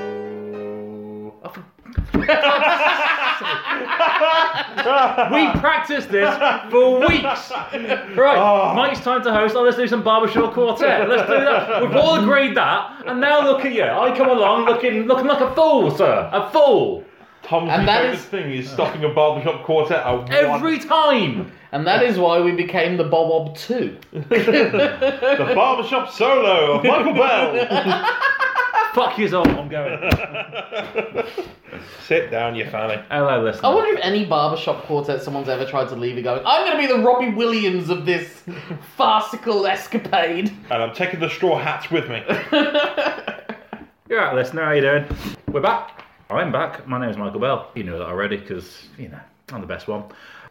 Hello. Oh, for- we we practiced this for weeks. Right, Oh. Mike's time to host. Oh, let's do some barbershop quartet. Let's do that. We've all agreed that, and now look at you. I come along looking looking like a fool, sir. A fool Tom's And new that favourite is- thing is stocking a barbershop quartet at one- every time. And that is why we became the Bob Bob 2. the barbershop solo of Michael Bell. Fuck you all. I'm going. Sit down, you fanny. Hello, I listener. wonder if any barbershop quartet someone's ever tried to leave it going, I'm going to be the Robbie Williams of this farcical escapade. And I'm taking the straw hats with me. You're out, listener. How you doing? We're back. I'm back. My name is Michael Bell. You know that already because, you know, I'm the best one.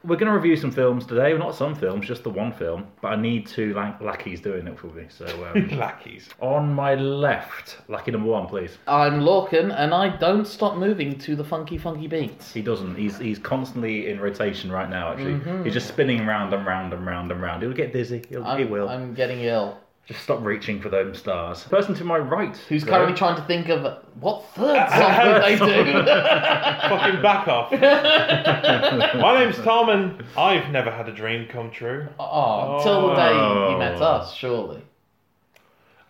We're going to review some films today. Well, not some films, just the one film. But I need two like, lackeys doing it for me. So, um, Lackeys. on my left, lackey number one, please. I'm Lorcan, and I don't stop moving to the funky, funky beats. He doesn't. He's he's constantly in rotation right now. Actually, Mm-hmm. he's just spinning round and round and round and round. He'll get dizzy. He'll, I'm, he will. I'm getting ill. Just stop reaching for those stars. Person to my right, Who's though- currently trying to think of what third song would they do? Fucking back off. My name's Tom, and I've never had a dream come true. oh, until the day you Oh. met us, surely.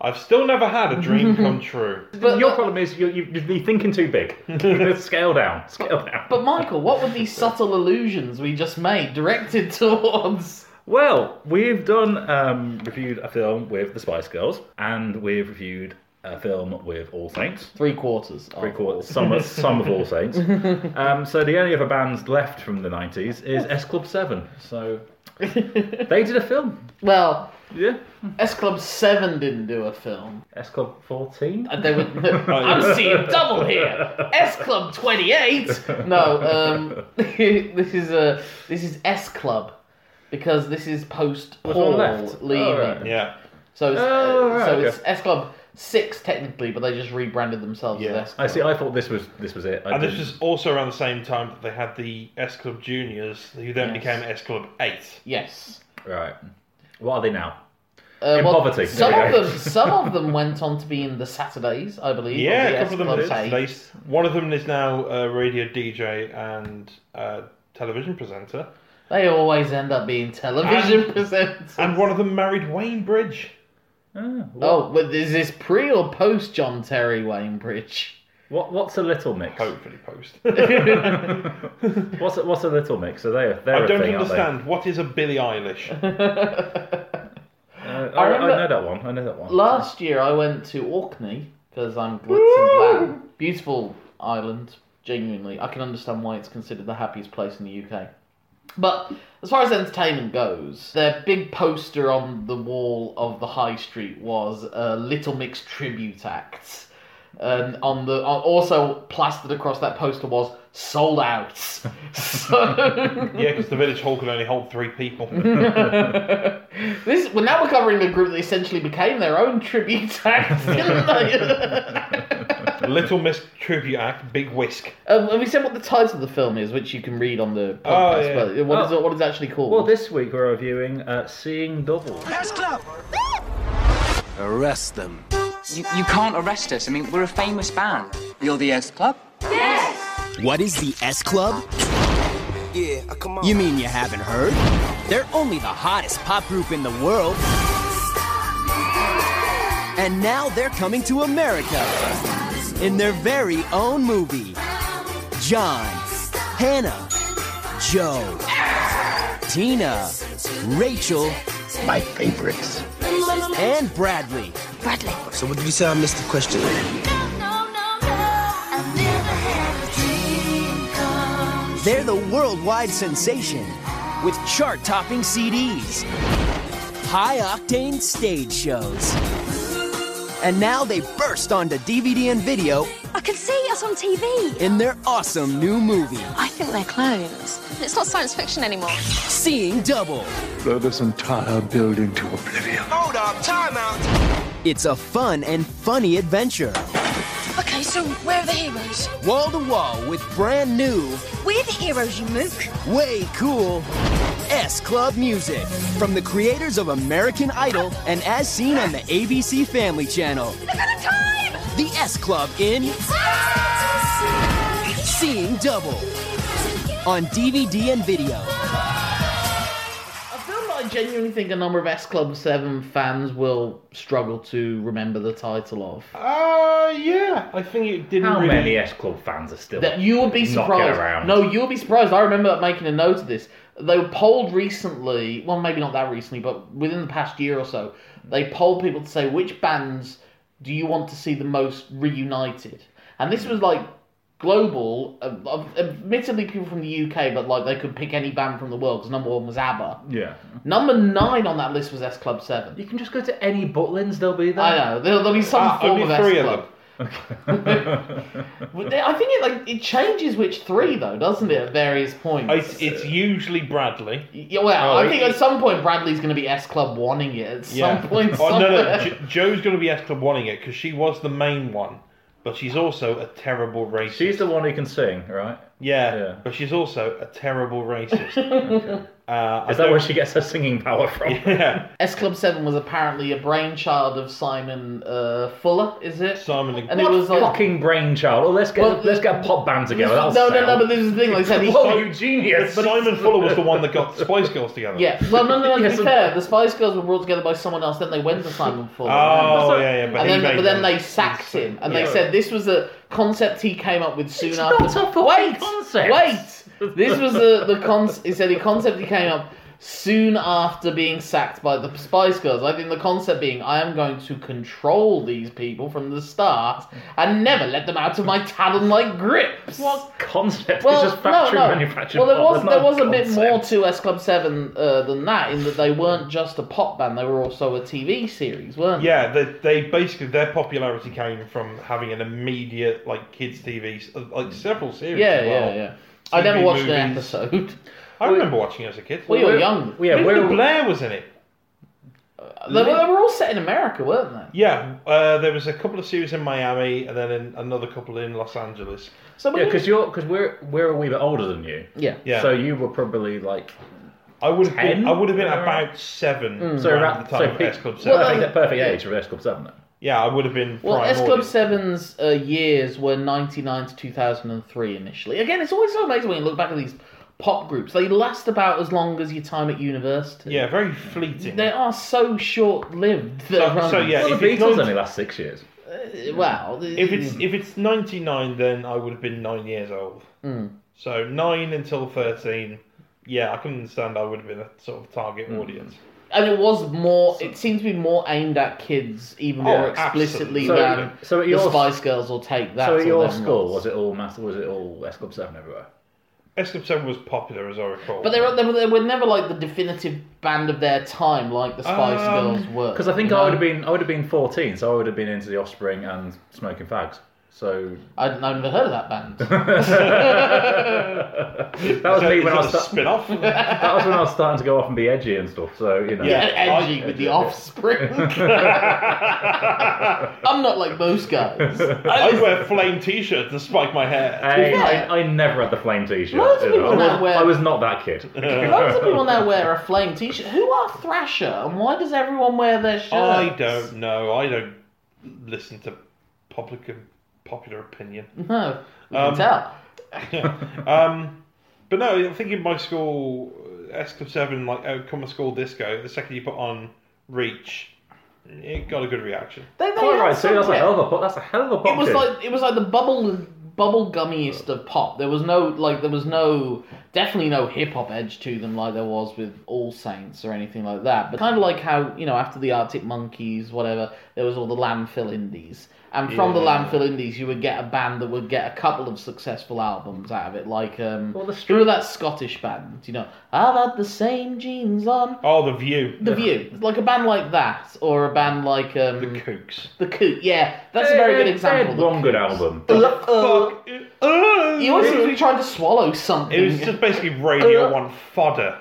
I've still never had a dream come true. But Your problem is you're, you you're thinking too big. scale down. Scale down. But Michael, what were these subtle allusions we just made directed towards? Well, we've done um, reviewed a film with the Spice Girls, and we've reviewed a film with All Saints. Three quarters. of- We call it some of, some of All Saints. Um, so the only other bands left from the '90s is S Club Seven. So they did a film. well, Yeah, S Club 7 didn't do a film. S Club Fourteen. And They were, I'm seeing double here. S Club 28. No, um, this is a this is S Club because this is post What's on Paul left? leaving. Oh, right. Yeah. So it's, uh, Oh, right, so okay. it's S Club 6 technically, but they just rebranded themselves Yeah. as S Club. I see. I thought this was this was it. I And this didn't- was also around the same time that they had the S Club Juniors, who then Yes. became S Club 8. Yes. right. What are they now? Uh, In poverty. Some There of we go. them, some of them went on to be in the Saturdays, I believe. or Yeah, the a couple of them S did. Club They, eight. one of them is now a radio DJ and uh television presenter. They always end up being television And- presenters. And one of them married Wayne Bridge. Ah, what, Oh, but is this pre or post John Terry Wainbridge? what what's a little mix? Hopefully, post. What's a, what's a little mix? Are they? a- They're I a don't thing, aren't they? understand. What is a Billie Eilish? Uh, I I, remember- I know that one. I know that one. Last year I went to Orkney because I'm glitz and glam. Beautiful island, genuinely. I can understand why it's considered the happiest place in the UK. But as far as entertainment goes, their big poster on the wall of the high street was a Little Mix tribute act. And on the on, also plastered across that poster was sold out. So yeah, because the village hall could only hold three people. this well, now we're covering a group that essentially became their own tribute act, didn't they? Little Miss Tribute Act, Big Whisk. um, have we said what the title of the film is, which you can read on the podcast? Oh, yeah. But what is Oh. it? What is it actually called? Well, this week we're reviewing uh, Seeing Double. Press Club. Arrest them. You, you can't arrest us. I mean, we're a famous band. You're the S Club? What is the S Club? Yeah, uh, come on. You mean you haven't heard? They're only the hottest pop group in the world. And now they're coming to America in their very own movie. John, Hannah, Joe, Tina, Rachel, my favorites. and Bradley. Bradley. So what did you say I missed the question? They're the worldwide sensation with chart topping CDs, high octane stage shows. And now they burst onto DVD and video I can see us on TV. in their awesome new movie, I think they're clones. It's not science fiction anymore. Seeing Double. Blow this entire building to oblivion. Hold up, time out. It's a fun and funny adventure, Okay, so where are the heroes? wall to wall with brand new, We're the heroes, you mook. way cool S Club Music from the creators of American Idol and as seen on the ABC Family Channel. Look at the time! The S Club in Seeing Double on DVD and video. I feel like I genuinely think a number of S Club 7 fans will struggle to remember the title of. Uh, yeah. I think it didn't How really. many S Club fans are still? That you would be Knock it surprised. around. No, you would be surprised. I remember making a note of this. They were polled recently. Well, maybe not that recently, but within the past year or so, they polled people to say which bands do you want to see the most reunited, and this was like global. Uh, uh, admittedly, people from the UK, but like they could pick any band from the world because number one was ABBA. Yeah. Number nine on that list was S Club Seven. You can just go to any Butlins, they'll be there. I know there'll, there'll be some Ah, form only of S three of Club. them. Well, they- I think it like it changes which three though, doesn't it? At various points. It's, it's usually Bradley. Yeah, well, Oh, I think it- at some point Bradley's going to be S Club wanting it at some point. Oh, no, no. somewhere. Jo- Joe's going to be S Club wanting it because she was the main one, but she's also a terrible racist. She's the one who can sing, right? yeah, Yeah. but she's also a terrible racist. uh, I Is that don't- where she gets her singing power from? Yeah, S Club Seven was apparently a brainchild of Simon uh, Fuller, is it? Simon and, And it was like Fucking brainchild. Well, let's get Well, let's get a pop band together. no, That'll no, sell. no, but this is the thing. Like I said, he- Whoa, you genius! Simon Fuller was the one that got the Spice Girls together. yeah. Well, no, no, no. To Yes, be and- fair, the Spice Girls were brought together by someone else. Then they went to Simon Fuller. Oh, yeah, yeah. But, and he then, made but then them. they sacked him, and they Yeah. said this was a concept he came up with soon It's after. not a fucking wait, concept. wait. This was the the con. He said the concept he came up soon after being sacked by the Spice Girls. I think the concept being I am going to control these people from the start and never let them out of my talon-like grips. What concept? Well, it's just factory no, no. manufactured. Well, there pop. was There's there no was a bit concept. more to S Club Seven uh, than that in that they weren't just a pop band; they were also a TV series, weren't they? Yeah, they, they basically their popularity came from having an immediate like kids TV, s- uh, like several series. Yeah, as well. yeah, yeah. I TV never watched an movies. episode. I remember watching it as a kid. We were young. Yeah, Linda we're Blair was in it. They, were- they were all set in America, weren't they? Yeah, uh, there was a couple of series in Miami, and then in, another couple in Los Angeles. So yeah, when because you're because we're we're a wee bit older than you. yeah. Yeah, So you were probably like I would have been, Ten? I would have been Yeah. about seven so around around the so time of peak- S Club Well, Seven. I think uh, that perfect age for S Club Seven. Then. yeah, I would have been. Well, S Club primordial. 7's uh, years were 99 to 2003 initially. Again, it's always so amazing when you look back at these pop groups. They last about as long as your time at university. Yeah, very fleeting. They are so short lived. So- so, yeah, Well, If the it's Beatles not- only last six years. Well, If it's if it's ninety nine, then I would have been nine years old. So nine until thirteen. Yeah, I can understand. I would have been a sort of target audience. and it was more. It seemed to be more aimed at kids, even Oh, more explicitly absolutely. So- than so at the your- Spice Girls will take that. So or at your them school, ones. was it all math? Was it all S Club Seven everywhere? S Club Seven was popular, as I recall. But they were, they were, they were never like the definitive band of their time, like the Spice Um, Girls were. Because I think you I know? would have been I would have been fourteen, so I would have been into the Offspring and smoking fags. So I would never heard of that band. that was me Is when I that was a spin off. that was when I was starting to go off and be edgy and stuff. So you know, Yeah. Edgy with the Offspring. I'm not like most guys. I wear flame T-shirts to spike my hair. I, Yeah. I, I never had the flame T-shirt. Loads of you know. people I, was, now wear- I was not that kid. Loads of people now wear a flame t-shirt. Who are Thrasher, and why does everyone wear their shirt? I don't know. I don't listen to public popular opinion. No, you Um, can tell. Um, but no, I think in my school, uh, S Club 7, like uh, Common School Disco, the second you put on Reach, it got a good reaction. They, they Quite had right, so that's some- a hell of a pop. That's a hell of a pop. It was kid. like it was like the bubble bubble gummiest of pop. There was no like there was no definitely no hip hop edge to them like there was with All Saints or anything like that. But kind of like how you know after the Arctic Monkeys, whatever, there was all the landfill indies. And from the Yeah. landfill indies, you would get a band that would get a couple of successful albums out of it, like um, Well, the who were that Scottish band? You know, I've had the same jeans on. Oh, The View. The View, like a band like that, or a band like um, The Kooks. the Coot, yeah, that's a They- very they- good They example. had The one good Coots. album. Look, uh, Fuck. Uh, He always seems to be It trying to swallow something. it was just basically Uh, Radio 1 fodder.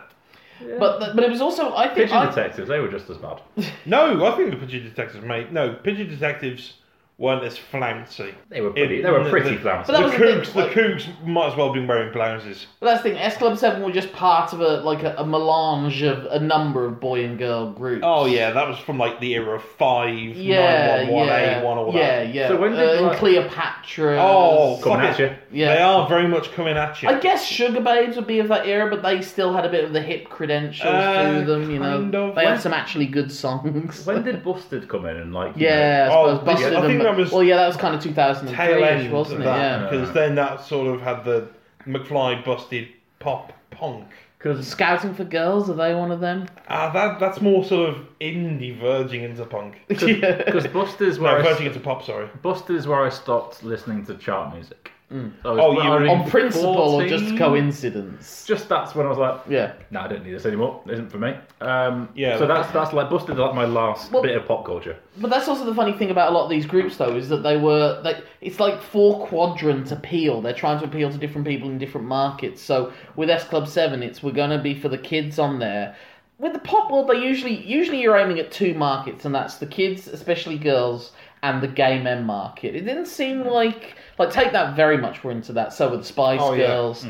but but it was also I think Pigeon I, Detectives. They were just as bad. No, I think the Pigeon Detectives, mate. No, Pigeon Detectives weren't as flouncy. They were pretty- they were pretty the, flouncy. The, But that was the Cougs, thing, the like- Cougs might as well have been wearing blouses. But that's the thing. S Club Seven were just part of a like a, a melange of a number of boy and girl groups. Oh yeah, that was from like the era of five, yeah, nine one one yeah, eight one, all yeah, that. yeah. So when did, uh, and like- Cleopatra? Oh, Coming fuck at it. you. Yeah. They are very much coming at you. I guess Sugar Babes would be of that era, but they still had a bit of the hip credentials Uh, to them. You know, kind of. they When- had some actually good songs. When did Busted come in and like? you yeah, I Oh, suppose but yeah, Busted I think and- that was well, yeah, that was kind of 2003, tail end wasn't of it? that Yeah. because then that sort of had the McFly busted pop punk. Because Scouting for Girls are they one of them? Ah, that that's more sort of indie verging into punk. yeah. because Busters were No, a- verging into pop. Sorry. Busters where I stopped listening to chart music. I was- Oh, you- I was On principle or 14? just coincidence? Just that's when I was like, Yeah. no, I don't need this anymore. It isn't for me. Um, Yeah. So that's that's like Busted like my last Well- bit of pop culture. But that's also the funny thing about a lot of these groups, though, is that they were like it's like four quadrant appeal. They're trying to appeal to different people in different markets. So with S Club Seven, it's we're gonna be for the kids on there. With the pop world, they usually usually you're aiming at two markets, and that's the kids, especially girls, and the gay men market. It didn't seem like like take that very much were into that. So with the Spice Oh, yeah. Girls,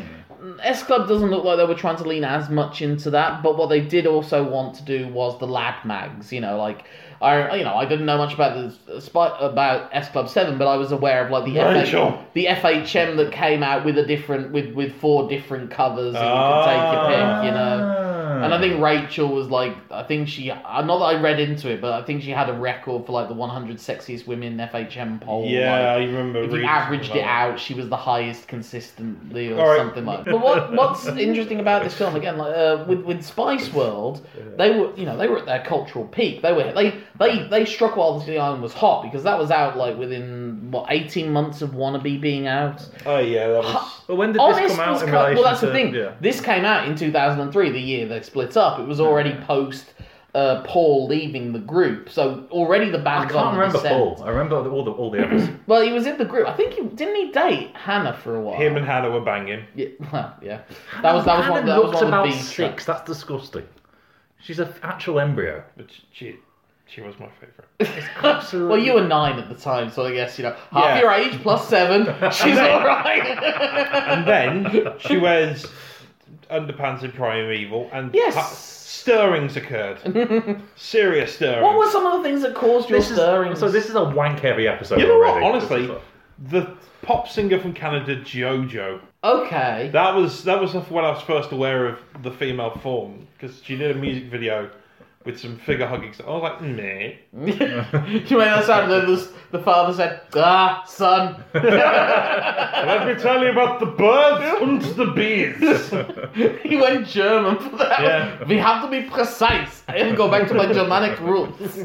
S Club doesn't look like they were trying to lean as much into that, but what they did also want to do was the lad mags. You know, like I, you know, I didn't know much about the spot about S Club Seven, but I was aware of like the Rachel. FH, the FHM that came out with a different with with four different covers, and you could take your Ah. pick. You know. And I think Rachel was like, I think she, uh, not that I read into it, but I think she had a record for like the 100 sexiest women FHM poll. yeah, like, I remember. if you reading averaged something it about out, she was the highest consistently, or All right. something like. But what what's interesting about this film again, like uh, with with Spice World, they were you know they were at their cultural peak. They were they they they struck while the island was hot because that was out like within what eighteen months of Wannabe being out. that. Oh yeah, that was. But when did this Honest come out was in cut- relation well, that's to? the thing. Yeah. This came out in 2003, the year they split up. It was already post uh, Paul leaving the group, so already the I band. can't remember Paul. I remember all the all the others. Well, he was in the group. I think he didn't he date Hannah for a while. Him and Hannah were banging. yeah, well, yeah. That was that was one. Hannah That was looked one of about the B six. tracks. That's disgusting. She's an actual embryo. But she, she was my favourite. Well, you were nine at the time, so I guess you know half Yeah. your age plus seven. She's all right. and then she wears underpants in Primeval, and Yes. stirrings occurred. Serious stirrings. what were some of the things that caused your This stirrings? is, so this is a wank heavy episode. you know what? already. Honestly, This is- the pop singer from Canada, JoJo. okay. That was that was when I was first aware of the female form because she did a music video with some figure hugging. stuff. I was like, meh. you made that sound. and Then this, the father said, "Ah, son." Let me tell you about the birds and the bees. he went German for that. Yeah. We have to be precise. I have to go back to my Germanic roots.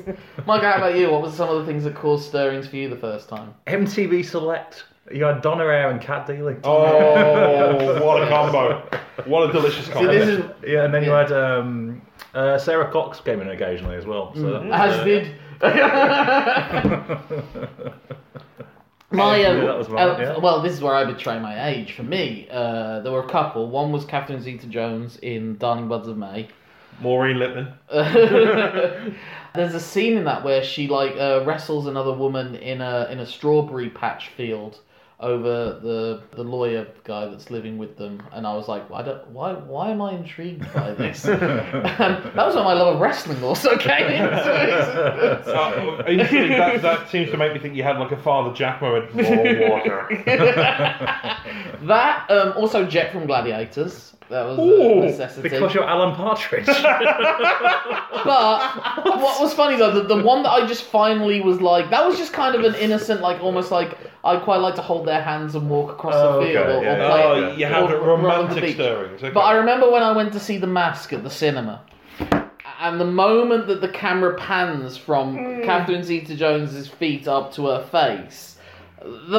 Mike, how about you? What was some of the things that caused stirrings for you the first time? MTV Select. You had Donna Air and Cat Dealing. Oh, what a combo! What a delicious combo! this is Yeah, and then you Yeah. had um, uh, Sarah Cox came in occasionally as well. So that was, As uh, did. My, um, Yeah, that was mine, uh, yeah. well, this is where I betray my age. For me, uh, there were a couple. One was Catherine Zeta-Jones in *Darling Buds of May*. Maureen Lipman. There's a scene in that where she like uh, wrestles another woman in a in a strawberry patch field over the the lawyer guy that's living with them, and I was like, I don't, why why am I intrigued by this? and that was where my love of wrestling also came into it. Uh, interesting, that, that seems to make me think you had like a Father Jack moment. More water. That um, also Jet from Gladiators. That was Ooh, a necessity. because you're Alan Partridge. But what was funny though, the, the one that I just finally was like, that was just kind of an innocent, like almost like I quite like to hold their hands and walk across Oh, the okay, field or, yeah, or yeah. play. Oh, you had or- or on the romantic beach. stirrings. Okay. But I remember when I went to see The Mask at the cinema, and the moment that the camera pans from Hmm. Catherine Zeta-Jones's feet up to her face. The,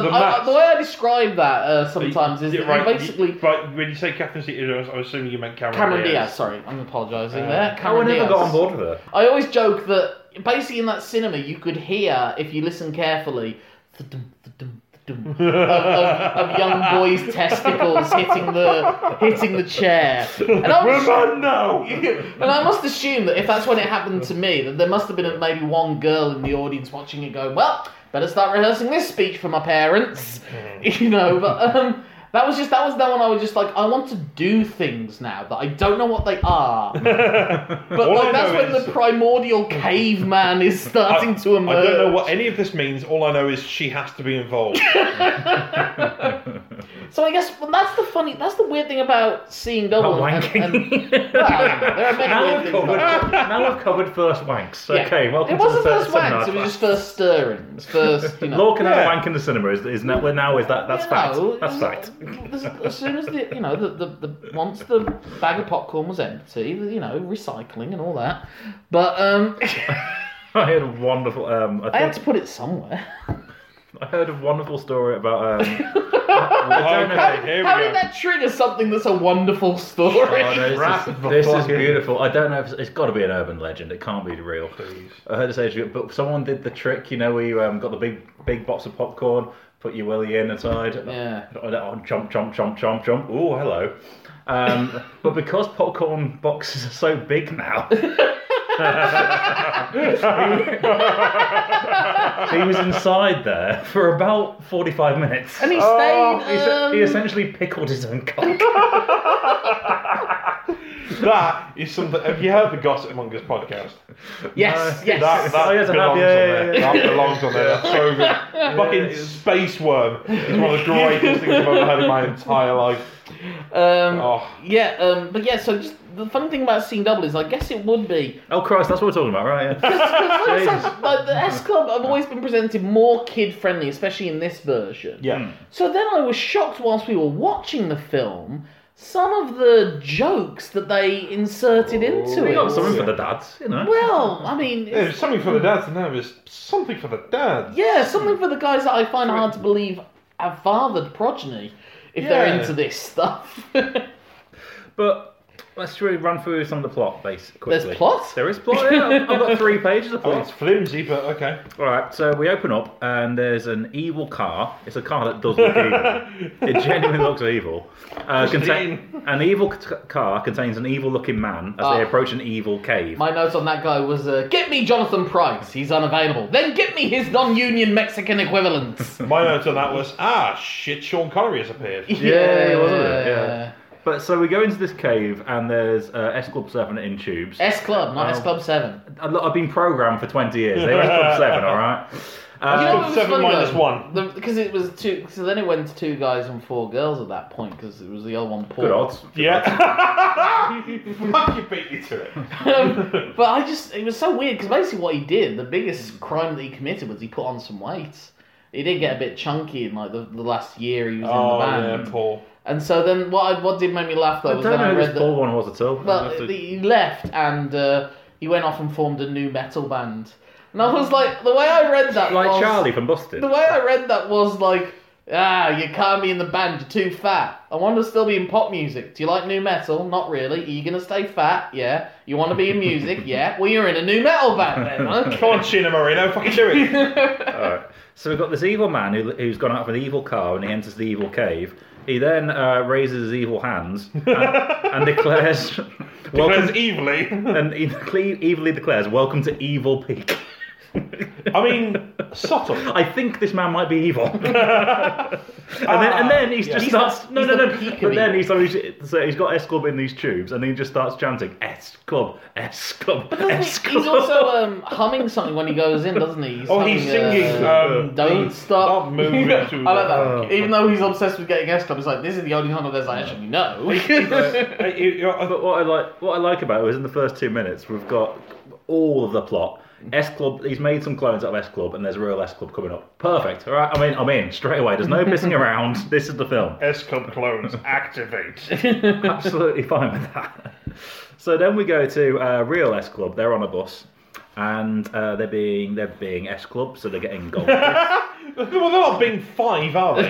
The I- I- Mask. the way I describe that uh, sometimes is Yeah, that right, you basically you- right, when you say Catherine Zeta-Jones, I assume you meant Cameron, Cameron Diaz. Sorry, I'm apologising there. How I Uh, Cameron never Diaz. got on board with her. I always joke that basically in that cinema you could hear, if you listen carefully, thudum, thudum, thudum, of, of, of young boys' testicles hitting the hitting the chair. And I, was, Women, no. and I must assume that if that's when it happened to me, that there must have been maybe one girl in the audience watching it going, "Well, better start rehearsing this speech for my parents. Mm-hmm. you know, but um, that was just that was that one. I was just like, I want to do things now that I don't know what they are. But All I like, that's know when is- the primordial caveman is starting to I emerge. don't know what any of this means. All I know is she has to be involved. So I guess well, that's the funny, that's the weird thing about seeing double. Oh, and- wanking. and- well, there are many now, weird we've things covered, about- now we've covered first wanks. Yeah. Okay, welcome It wasn't to the first wanks, it was just first stirrings, first you know. Law can have Yeah. a wank in the cinema. Is, is now, well, now is that that's you fact? know, That's it- fact. As, as soon as the you know the, the, the once the bag of popcorn was empty, you know recycling and all that. But um, I heard a wonderful. Um, I, I had think, to put it somewhere. I heard a wonderful story about. Um, okay, here we How go. did that trigger something that's a wonderful story? Oh, no, Wrap the this is, this is fucking- beautiful. I don't know if it's, it's got to be an urban legend. It can't be real. Please. I heard this age ago, but someone did the trick. You know, where you um, got the big big box of popcorn, put your willy in aside. Yeah. Oh, oh, chomp chomp chomp chomp chomp. Oh, hello. Um, but because popcorn boxes are so big now. he was inside there for about 45 minutes. And he Oh, stayed. He se- um, he essentially pickled his own cock. That is something. Have you heard the Gossip Mongers podcast? yes, yes. That, Oh, that yes, I belongs on have, yeah, there. yeah, yeah. That belongs on there. That's so good. Fucking Space Worm is one of the greatest things I've ever heard in my entire life. Um, Oh. Yeah, um, but yeah, so just the funny thing about seeing double is I guess it would be. Oh Christ, that's what we're talking about, right? Yeah. Like I said, Jesus. like, the S Club, I've always been presented more kid friendly, especially in this version. Yeah. So then I was shocked whilst we were watching the film, some of the jokes that they inserted into We it. got something for the dads, you know. Well, I Yeah, mean, it's- There's something for the dads, and there is something for the dads. yeah, something for the guys that I find hard to believe have fathered progeny if Yeah. they're into this stuff. But let's really run through some of the plot, basically. There's plot? There is plot. Yeah, I've I've got three pages of Oh, it's plot. flimsy, but okay. All right, so we open up and there's an evil car. It's a car that does look evil. It genuinely looks evil. Uh, contain, an evil c- car contains an evil-looking man as they Ah. approach an evil cave. My note on that guy was uh, get me Jonathan Price, he's unavailable. Then get me his non union Mexican equivalent. My note on that was ah, shit, Sean Connery has appeared. yeah, wasn't it? Yeah. But so we go into this cave and there's uh, S Club Seven in tubes. S Club, not S Club 7. I- I've been programmed for 20 years. They were S Club Seven, all right. Uh, You know what was seven funny, minus though? one. The- Because it was two. So then it went to two guys and four girls at that point because it was the other one poor. good odds. Yeah. Fuck, you beat me to it. Um, but I just it was so weird because basically what he did, the biggest crime that he committed was he put on some weight. He did get a bit chunky in like the, the last year he was Oh, in the band, yeah, Paul. and so then what I, what did make me laugh though I was don't when I know who read this Paul that one was at all. well I'll have to- he left and uh, he went off and formed a new metal band, and I was like the way I read that like was, Charlie from Busted. The way I read that was like, ah, you can't be in the band, you're too fat. I want to still be in pop music. Do you like new metal? Not really. Are you going to stay fat? Yeah. You want to be in music? Yeah. Well, you're in a new metal band then. Come Okay. on, Sheena Marino, fucking do it. All right. So we've got this evil man who, who's gone out of an evil car and he enters the evil cave. He then uh, raises his evil hands and, and declares, Because "Welcome." evilly. And he cle- evilly declares, "Welcome to Evil Peak." I mean, subtle. Uh, I think this man might be evil. and then, and then he just He's starts. the- no, Ah, he's no, the no. peak of But then evil. he starts. So he's got S Club in these tubes, and he just starts chanting S Club, S Club, S Club. He's also um, humming something when he goes in, doesn't he? He's Oh, he's humming, singing. uh, Um, don't stop. Stop moving I to like that. Oh. Even though he's obsessed with getting S Club, it's like, this is the only one of those I actually Uh, know. Hey, you- you- I- But what I like, what I like about it is in the first two minutes, we've got all of the plot. S Club, he's made some clones out of S Club, and there's a real S Club coming up. Perfect. All right, I'm in. I'm in straight away. There's no pissing around. This is the film. S Club clones activate. Absolutely fine with that. So then we go to uh, real S Club. They're on a bus, and uh, they're being they're being S Club, so they're getting gold. well, they're not being five, are they?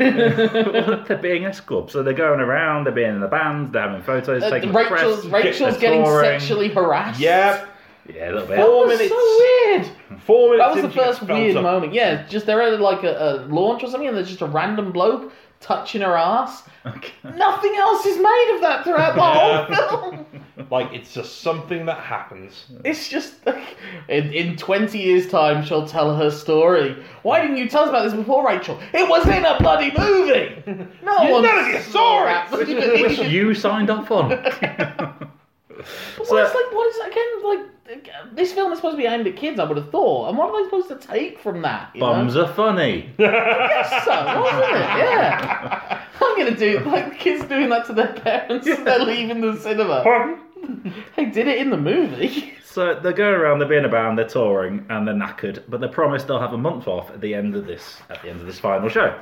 they're being S Club, so they're going around. They're being in the band. They're having photos Uh, taken. with Rachel's, press, Rachel's they're getting touring. sexually harassed. yeah. Yeah, a little bit. Four That's minutes. so weird. Four minutes. That was the in, she gets first felt weird up. moment. Yeah, just they're at like a, a launch or something, and there's just a random bloke touching her ass. Nothing else is made of that throughout the whole film. Like it's just something that happens. It's just like, in, in 20 years' time, she'll tell her story. Why didn't you tell us about this before, Rachel? It was in a bloody movie! No You one know you saw it! Which you signed off on. Well, it's like, what is again? Like, this film is supposed to be aimed at kids, I would have thought. And what am I supposed to take from that? you know? Bums are funny. So, wasn't it? Yeah. I'm gonna do like the kids doing that to their parents as they're leaving the cinema. They did it in the movie. So they're going around, they're being a band, they're touring, and they're knackered, but they're promised they'll have a month off at the end of this at the end of this final show.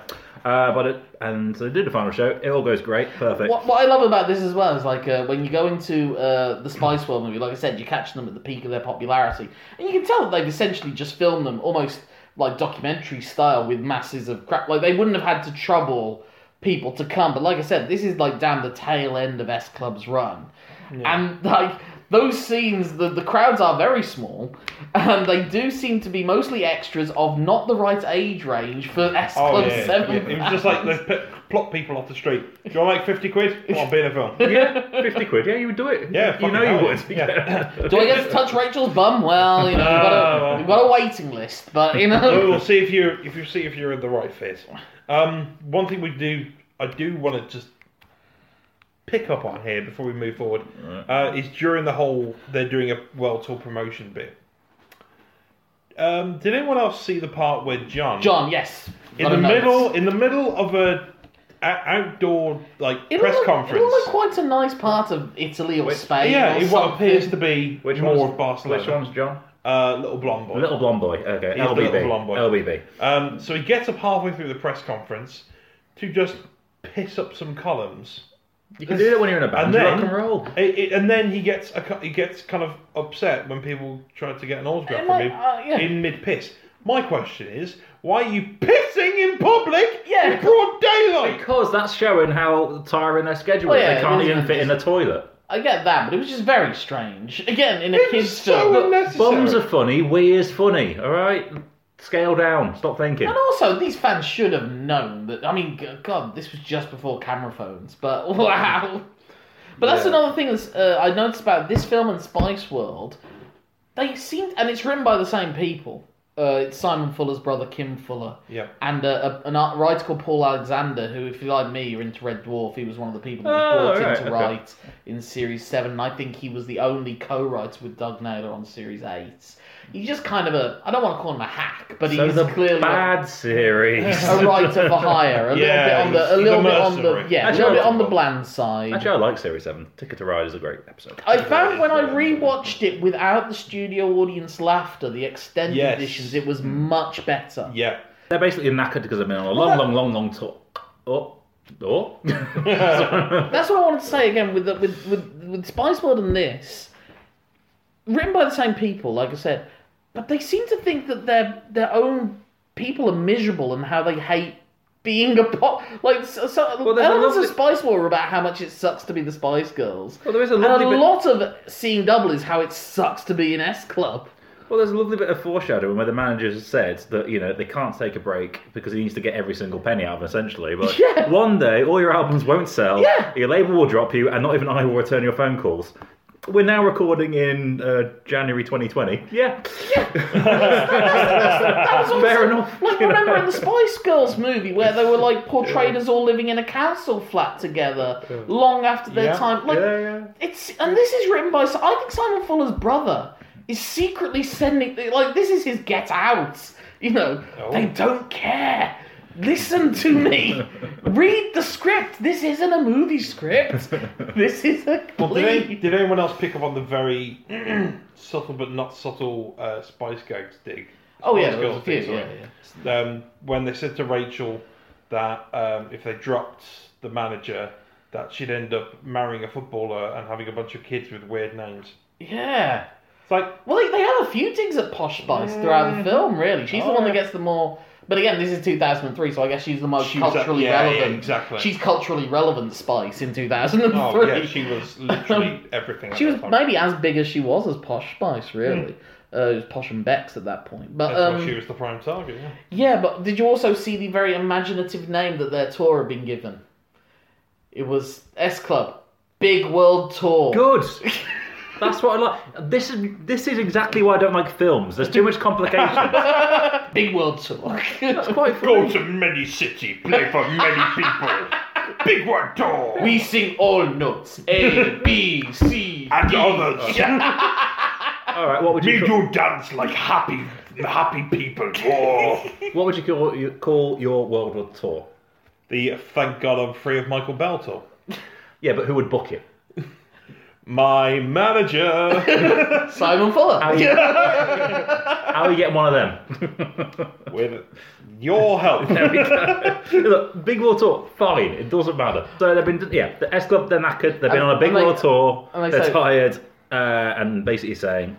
Uh, but it, and so they do the final show. It all goes great, perfect. What, what I love about this as well is like uh, when you go into uh, the Spice World movie, like I said, you catch them at the peak of their popularity, and you can tell that they've essentially just filmed them almost like documentary style with masses of crap. Like they wouldn't have had to trouble people to come, but like I said, this is like down the tail end of S Club's run, and like those scenes, the the crowds are very small, and they do seem to be mostly extras of not the right age range for S Oh Club yeah, Seven. yeah. it was just like they p- plot people off the street. Do you want to make fifty quid? Come on, be in a film. Yeah, fifty quid. Yeah, you would do it. Yeah, you fucking know you hell, would. yeah. Do I get to touch Rachel's bum? Well, you know, we've got a, we've got a waiting list, but you we know. will see if you if you see if you're in the right fit. Um, one thing we do I do want to just pick up on here before we move forward uh, is during the whole they're doing a world tour promotion bit. Um, did anyone else see the part where John John, yes. in Got the a notice. middle in the middle of a, a outdoor like It press looked- conference? It looked like quite a nice part of Italy or Spain. yeah, or in what something. appears to be Which more one's of Barcelona. Which one's John? Uh, little blonde boy. Little blonde boy. Okay, He's the LBB. little blonde boy. LBB. Um, so he gets up halfway through the press conference to just piss up some columns, You can do that when you're in a band. And then- rock and roll. It- it- and then he gets a, cu- he gets kind of upset when people try to get an autograph Am from I- him uh, yeah. in mid piss. My question is, why are you pissing in public Yeah. in broad daylight? Because that's showing how tiring their schedule is. Oh, yeah, they can't it is even fit in a toilet. I get that, but it was just very strange. Again, in a It's kid's so film. unnecessary. Bums are funny. We is funny. All right, scale down. Stop thinking. And also, these fans should have known that. I mean, g- God, this was just before camera phones, but wow. But that's another thing that's, uh, I noticed about this film and Spice World. They seemed, and it's written by the same people. Uh, it's Simon Fuller's brother, Kim Fuller. Yeah. And uh, a, an art writer called Paul Alexander, who, if you're like me, you're into Red Dwarf, he was one of the people that was Oh, brought right, in okay. to write in Series 7. And I think he was the only co writer with Doug Naylor on Series 8. He's just kind of a, I don't want to call him a hack, but So he's the clearly. a- bad series. a writer for hire, a Yeah, little bit on he's- the, a he's little a bit on the, mercenary. yeah, a Actually, little I bit like on the it. bland side. Actually, I like Series 7. Ticket to Ride is a great episode. I found when I rewatched it without the studio audience laughter, the extended Yes. editions, it was much better. Yeah, They're basically knackered because I've been on a long, long, long, long tour. Oh. Oh. That's what I wanted to say again with the, with, with with Spice World and this, written by the same people, like I said, but they seem to think that their their own people are miserable and how they hate. Being a pop, like so, so Well, there's a elements lovely- of Spice World are about how much it sucks to be the Spice Girls. Well, there is a And lovely a bit- lot of seeing double is how it sucks to be in S Club. Well, there's a lovely bit of foreshadowing where the manager has said that you know they can't take a break because he needs to get every single penny out of them, essentially. But Yeah. one day, all your albums won't sell. Yeah. Your label will drop you, and not even I will return your phone calls. We're now recording in uh, January 2020. Yeah. That was Fair enough. Like you know. remember in the Spice Girls movie where they were like portrayed as all living in a council flat together long after their Yeah. time. Like Yeah, yeah. it's and this is written by I think Simon Fuller's brother is secretly sending like this is his Get Out. You know Oh. they don't care. Listen to me. Read the script. This isn't a movie script. This is a. Well, did, any, complete- did anyone else pick up on the very subtle but not subtle uh, Spice Girls dig? Oh yeah, Spice there was a Girls dig, few, sorry. yeah, yeah. Um, when they said to Rachel that um, if they dropped the manager, that she'd end up marrying a footballer and having a bunch of kids with weird names. Yeah. It's like, Well, they, they have a few digs at Posh Spice throughout the film, really. She's the one that gets the more. But again, this is 2003, so I guess she's the most She was at- culturally yeah, yeah, relevant. exactly. She's culturally relevant Spice in 2003. oh yeah, she was literally everything. at She was that time. maybe as big as she was as Posh Spice, really. Uh, it was Posh and Bex at that point. But That's why um, she was the prime target. Yeah. yeah, but did you also see the very imaginative name that their tour had been given? It was S Club Big World Tour. Good. That's what I like. This is this is exactly why I don't like films. There's too much complication. Big World Tour. Quite Go funny. to many city, play for many people. Big one door. we sing all notes. A, B, C. and others. All right, what would Me you call, do dance like happy, happy people. Whoa. what would you call you call your World War tour? the thank God I'm free of Michael Bell tour. Yeah, but who would book it? My manager Simon Fuller. How you get one of them? with your help. Look, big world tour, fine. It doesn't matter. So they've been, yeah, the S Club, they're knackered. They've been And- on a big and they- world tour. and they They're say- tired, uh, and basically saying,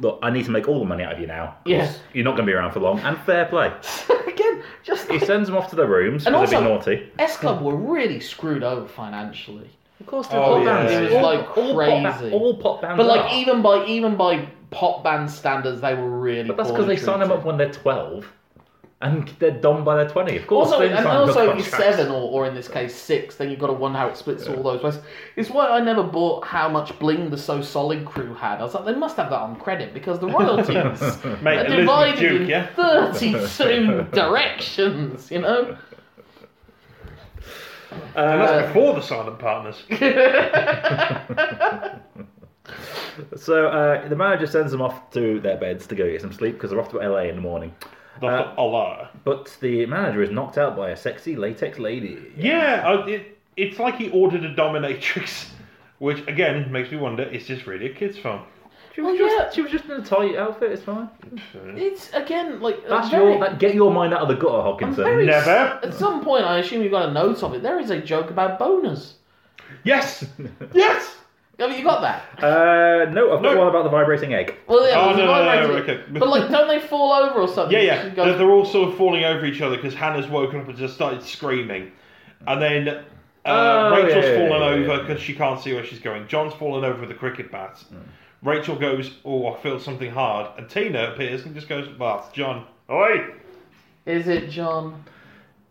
"Look, I need to make all the money out of you now. 'cause Yeah. you're not going to be around for long." And fair play. Again, just He sends them off to their rooms And because they've been also- naughty. S Club were really screwed over financially. Of course were. Oh, yeah, It was yeah. like Pop ba- crazy. all pop bands. But like are. even by even by pop band standards, they were really. But that's poorly because they sign them treated. up when they're 12 and they're done by their 20. Of course, Also, they and sign also up if you're contracts. seven or, or in this case six, then you've got to wonder how it splits all those ways. It's why I never bought how much bling the So Solid crew had. I was like, they must have that on credit because the royalties Mate, are Elizabeth divided Duke, in yeah? thirty-two directions. You know, and that's before the silent partners. So uh, the manager sends them off to their beds to go get some sleep because they're off to LA in the morning. That's a lot. But the manager is knocked out by a sexy latex lady. Yeah, I, it, it's like he ordered a dominatrix, which again makes me wonder: is this really a kids' film? She was, Well, just, Oh, yeah. she was just in a tight outfit, it's fine. it's again like That's very- your, that, get your mind out of the gutter, I'm Hawkinson. very- Never. At some point, I assume you got a note of it. There is a joke about boners. Yes, yes. Have you got that? Uh, no, I've got No. one about the vibrating egg. Well, yeah, Oh, there's a no, no, no, vibrating- okay. But like, don't they fall over or something? Yeah, She yeah. goes- They're, they're all sort of falling over each other because Hannah's woken up and just started screaming, and then uh, Oh, Rachel's yeah, yeah, fallen yeah, over yeah, Mm. because she can't see where she's going. John's fallen over with a cricket bat. Rachel goes, "Oh, I feel something hard," and Tina appears and just goes, "Well, it's John." Oi! Is it John?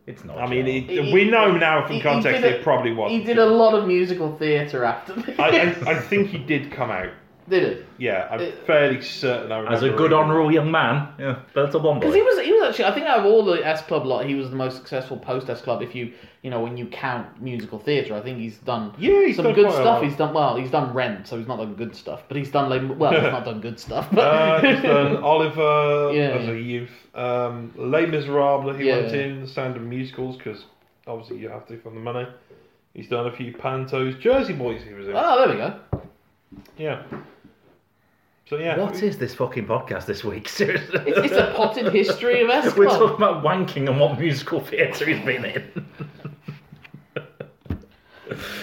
It's not. I mean, John. it, He- we know now he- from he context did a- it probably was. He did a lot of musical theatre after this. I, I, I think he did come out. did he? Yeah, I'm Uh, fairly certain. I remember As a good, reading. honourable young man, yeah, that's a one boy. Because he was, he was actually. I think out of all the S Club lot, he was the most successful post S Club. If you, you know, when you count musical theatre, I think he's done. Yeah, he's some done good quite a stuff. lot. He's done well. He's done Rent, so he's not done good stuff. But he's done like, well, he's not done good stuff. But Uh, he's done Oliver Yeah. as a youth. Um, Les Miserables, he Yeah. went in. Sound of Musicals, because obviously you have to from the money. He's done a few pantos. Jersey Boys, he was in. oh, there we go. Yeah. So, yeah. What is this fucking podcast this week? Seriously. It's, it's a potted history of S We're Club. talking about wanking and what musical theatre he's been in.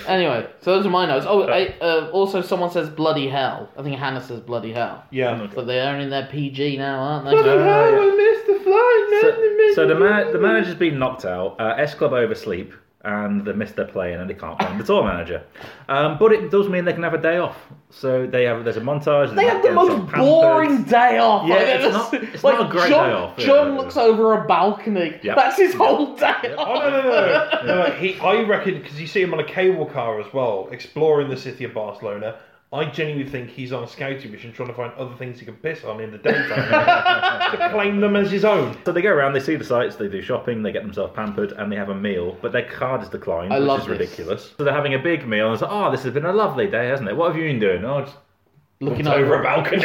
Anyway, so those are my notes. Oh, I, uh, also someone says bloody hell. I think Hannah says bloody hell. Yeah. But they're earning their PG now, aren't they? I missed the flight, Uh, So, so the, man, the manager's been knocked out. Uh, S Club oversleep and they missed their plane and they can't find the tour manager. Um, but it does mean they can have a day off. So they have there's a montage. They have the most boring day off. Yeah, Like, it's they're not- it's like, not a great John, day off, yeah. John looks over a balcony. Yep. That's his whole day Oh, off. no, no, no. no. no he, I reckon, because you see him on a cable car as well, exploring the city of Barcelona. I genuinely think he's on a scouting mission trying to find other things he can piss on in the daytime to claim them as his own. So they go around, they see the sights, they do shopping, they get themselves pampered, and they have a meal. But their card is declined, I which love is this. ridiculous. So they're having a big meal and it's like, oh, this has been a lovely day, hasn't it? What have you been doing? Oh, just Looking looked over a over. balcony.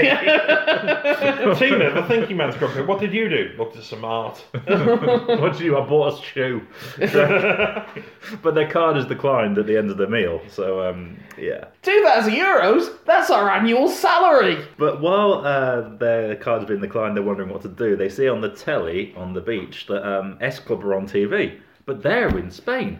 Tina, the thinking man's grumpy. What did you do? Looked at some art. What do you? I bought a shoe. but their card is declined at the end of the meal. So um, yeah. Two thousand euros. That's our annual salary. But while uh, their card's been declined, they're wondering what to do. They see on the telly on the beach that um, S Club are on TV, but they're in Spain.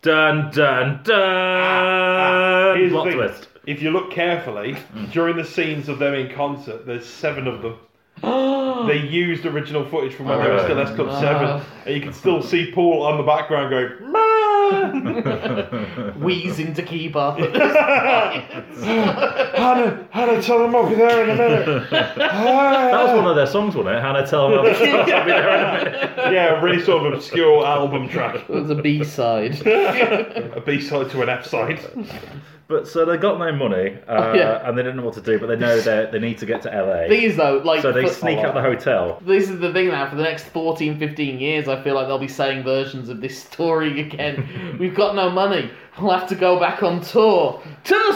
Dun dun dun! Here's the Plot thing. twist. If you look carefully, during the scenes of them in concert, there's seven of them. they used original footage from when they were still S Club 7, and you can still see Paul on the background going, Ma! Wheezing to keep up. Hannah, Hannah, tell them I'll be there in a minute. That was one of their songs, wasn't it? Hannah Tell Me. I'll be there in a minute. yeah, a really sort of obscure album track. It was a B side. A B side to an F side. But so they got no money, uh, Oh, yeah. and they didn't know what to do. But they know they they need to get to LA, These though, like so they for- sneak out the hotel. This is the thing now. For the next 14, 15 years, I feel like they'll be saying versions of this story again. We've got no money. We'll have to go back on tour to the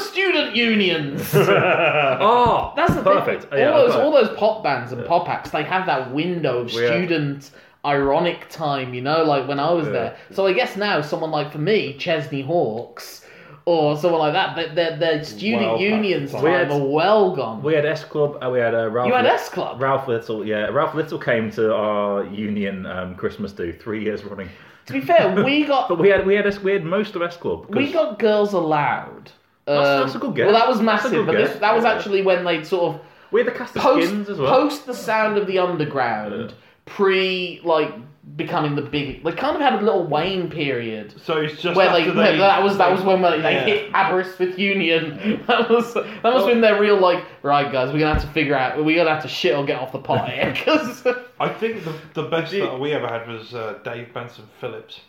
student unions. oh, That's the perfect. Thing. All Yeah, I've those got it. all those pop bands and pop acts, they have that window of We have- student ironic time, you know, like when I was Yeah. there. So I guess now someone like for me, Chesney Hawks or someone like that, they- their their student Well back unions time. time We had- are well gone. We had S Club. Uh, we had uh, Ralph. you had Lit- S Club. Ralph Little. Yeah, Ralph Little came to our union um, Christmas do three years running. To be fair, we got But we had we had S, we had most of S Club. 'cause- we got girls allowed. That's- Um, that's a good guess. Well, that That's was a massive, good but this, guess. that was Yeah. actually when they sort of we had the cast of skins post, as well. post the sound of the underground, pre like becoming the big. They kind of had a little Wayne period So it's just where they, after where that was that was when they, Yeah. they hit Aberystwyth Union. That was that must have been their real like right guys. We're gonna have to figure out. We're gonna have to shit or get off the pot here 'cause- I think the, the best that we ever had was uh, Dave Benson Phillips.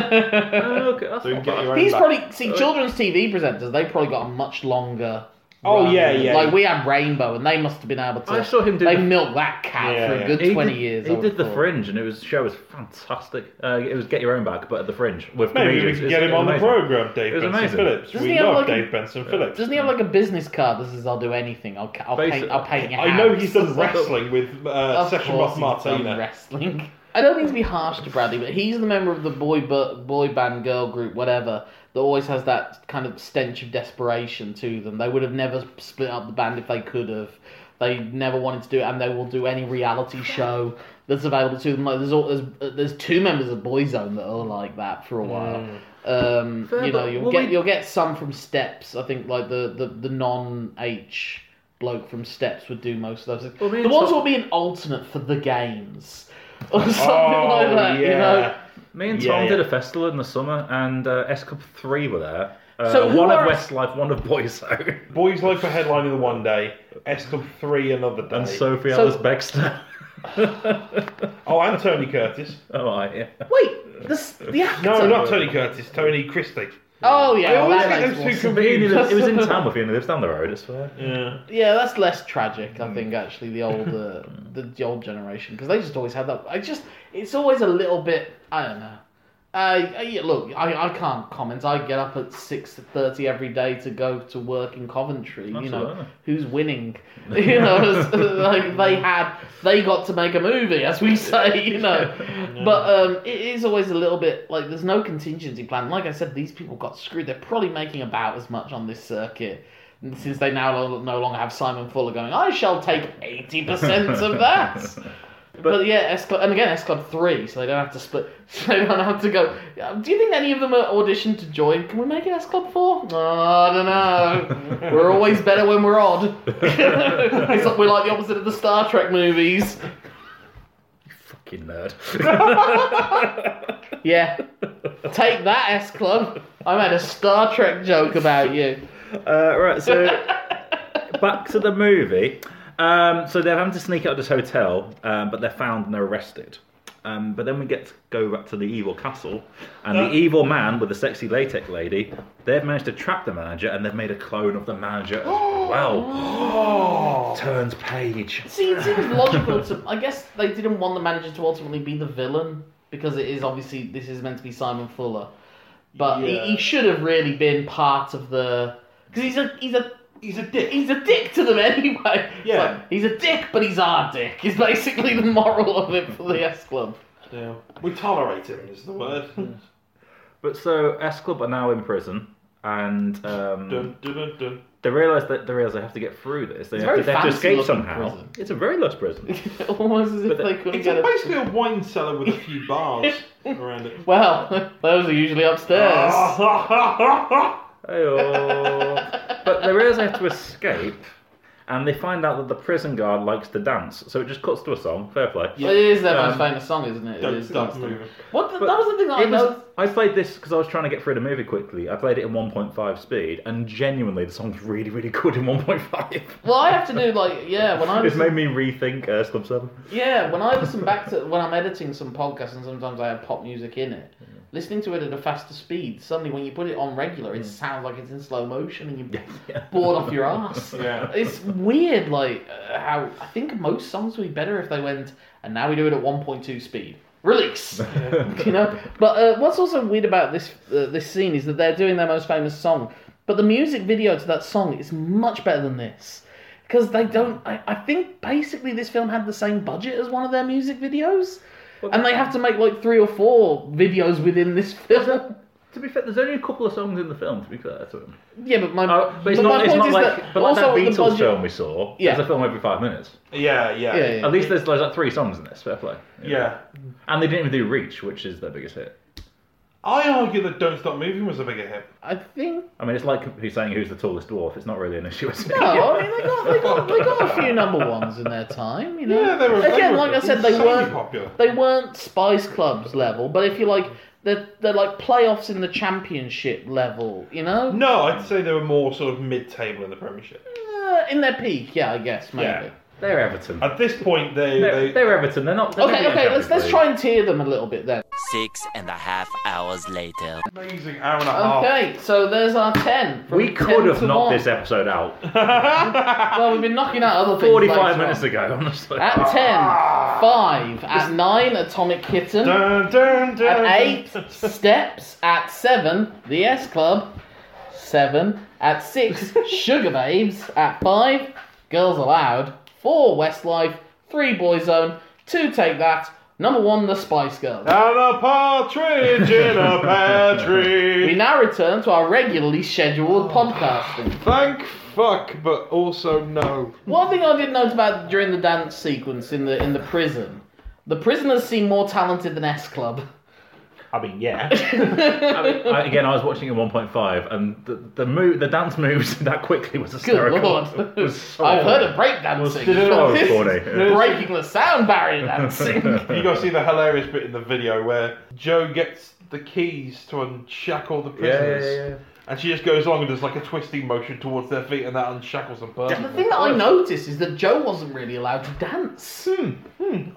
Oh, okay, that's So you not get bad. your own He's back. probably see children's TV presenters. They probably got a much longer. Oh, run. yeah, yeah. Like we had Rainbow, and they must have been able to. I saw him do They the- milked that cat Yeah, for a yeah. good He twenty did, years. I He would did the have thought. Fringe, and it was show was fantastic. Uh, it was Get Your Own Back, but at the Fringe with Maybe we comedians. could It's- get him it's on amazing. the program, Dave It was Benson amazing. Phillips. Doesn't he we have, love like, a- Dave Benson Phillips. Doesn't he have like a business card that says "I'll do anything"? I'll, ca- I'll paint. Basi- I'll paint your I know house." he's done Like, wrestling with uh, Of Session course Moth he's done Martina. wrestling. I don't mean to be harsh to Bradley, but he's the member of the boy bu- boy band, girl group, whatever, that always has that kind of stench of desperation to them. They would have never split up the band if they could have. They never wanted to do it, and they will do any reality show that's available to them. Like there's all, there's, uh, there's two members of Boyzone that are like that for a while. Um, Fair, you know, but you'll will get we- you'll get some from Steps. I think like the the, the non H bloke from Steps would do most of those. Well, me the and ones Tom- will be an alternate for the games or something Oh, like that. You know. yeah. Me and Yeah, Tom yeah. did a festival in the summer, and uh, S Club Three were there. Uh, So who one are- of Westlife, one of Boyzone, Boys Life for headlining the one day, S Club 3 another day. and Sophie So- Ellis Bextor. Oh, and Tony Curtis. oh, right, yeah. Wait, this the actor. No, not Tony Curtis, Tony Christie. Oh yeah, I well, always that get makes those more two sense. But he only lives- it was in town with you, and he lives down the road. It's fair. Yeah. yeah, that's less tragic. Hmm. I think actually the older the, the old generation because they just always had that. I just it's always a little bit. I don't know. I, I Uh, yeah, look, I, I can't comment. I get up at six thirty every day to go to work in Coventry. You know Absolutely. who's winning? You know, it's like they had, they got to make a movie, as we say. You know, but um, it is always a little bit like there's no contingency plan. Like I said, these people got screwed. They're probably making about as much on this circuit since they now lo- no longer have Simon Fuller going. I shall take eighty percent of that. But, yeah, S Club, and again, S Club three, so they don't have to split. So they don't have to go. Yeah, Do you think any of them are auditioned to join? Can we make it S Club four? Uh, I don't know. we're always better when we're odd. it's like we're like the opposite of the Star Trek movies. Fucking nerd. Yeah, take that S Club. I made a Star Trek joke about you. Uh, right, so back to the movie. Um, so they're having to sneak out of this hotel, um, but they're found and they're arrested. Um, but then we get to go back to the evil castle, and the evil man with the sexy latex lady, they've managed to trap the manager, and they've made a clone of the manager as well. Turns page. See, it seems logical to. I guess they didn't want the manager to ultimately be the villain because it is obviously this is meant to be Simon Fuller, but Yeah. he, he should have really been part of the because he's a he's a he's a dick he's a dick to them anyway. It's Yeah. like, he's a dick, but he's our dick. Is basically the moral of it for the S Club. Yeah. We tolerate him, is the word. But so S Club are now in prison, and um, dun, dun, dun, dun. they realise that they realise they have to get through this. They, It's have very to, they have to fancy escape looking somehow. prison. It's a very lush prison. Almost as if But they couldn't It's get a- it. basically a wine cellar with a few bars around it. Well, those are usually upstairs. Oh. Hey-oh. but they realise they have to escape, and they find out that the prison guard likes to dance. So it just cuts to a song. Fair play. It is their most Um, famous song, isn't it? It Don't is stop Dunstan. moving. What the, But that was the thing that I It was, noticed. I played this because I was trying to get through the movie quickly. I played it in 1.5 speed, and genuinely, the song's really, really good in 1.5. Well, I have to do like yeah when I was It's made me rethink uh, Slum 7. Yeah, when I listen back to when I'm editing some podcasts and sometimes I have pop music in it, listening to it at a faster speed, suddenly when you put it on regular, it sounds like it's in slow motion and you're Mm. yeah. bored off your ass. Yeah. It's weird, like, uh, how I think most songs would be better if they went, and now we do it at 1.2 speed. Release! you know? But uh, what's also weird about this, uh, this scene is that they're doing their most famous song, but the music video to that song is much better than this. Because they don't. I, I think basically this film had the same budget as one of their music videos. And they have to make like three or four videos within this film. To be fair, there's only a couple of songs in the film. To be fair to him, Yeah, but my oh, but it's not. my It's point not is like that but like that also the Beatles budget- film we saw. Yeah. there's a film every five minutes. Yeah, yeah. Yeah, yeah. At least there's, there's like three songs in this. Fair play. Yeah. And they didn't even do Reach, which is their biggest hit. I argue that Don't Stop Moving was a bigger hit. I think I mean, it's like who's saying who's the tallest dwarf. It's not really an issue. Is it? no. I mean, they got they got, they got a few number ones in their time. You know, Yeah, they were- they again, were like I said, they insanely weren't popular. they weren't Spice Clubs level, but if you like, they're they're like playoffs in the championship level. You know, No, I'd say they were more sort of mid-table in the Premiership. Uh, in their peak. Yeah, I guess maybe. Yeah. They're Everton. At this point, they They're, they, they're Everton. They're not. They're not Okay, getting okay, let's Champions let's League. try and tier them a little bit then. Six and a half hours later. amazing hour and a half. Okay, so there's our ten. from Oh. We 10 could have to knocked one. this episode out Well, we've been knocking out other things. 45 later minutes on. ago, Ah. honestly. At ten, five. At nine, Atomic Kitten. Dun, dun, dun, At dun. eight, Steps. At seven, The S Club. Seven. At six, Sugar Babes. At five, Girls Aloud. Four, Westlife. Three, Boyzone. Two, Take That. Number one, The Spice Girls. And a partridge in a pear We tree. now return to our regularly scheduled podcasting. Thank fuck, but also no. One thing I did note about during the dance sequence in the in the prison, the prisoners seem more talented than S Club. I mean, yeah. I mean, I- again, I was watching it in 1.5, and the the, move, the dance moves that quickly was Good hysterical. lord. It was so I've heard funny. of breakdancing. so This is funny. breaking the sound barrier dancing. You gotta see the hilarious bit in the video where Joe gets the keys to unshackle the Yeah, yeah, prisoners. yeah, yeah. And she just goes along and does like a twisting motion towards their feet, and that unshackles them the perfectly. thing that I noticed is that Joe wasn't really allowed to dance. Hmm,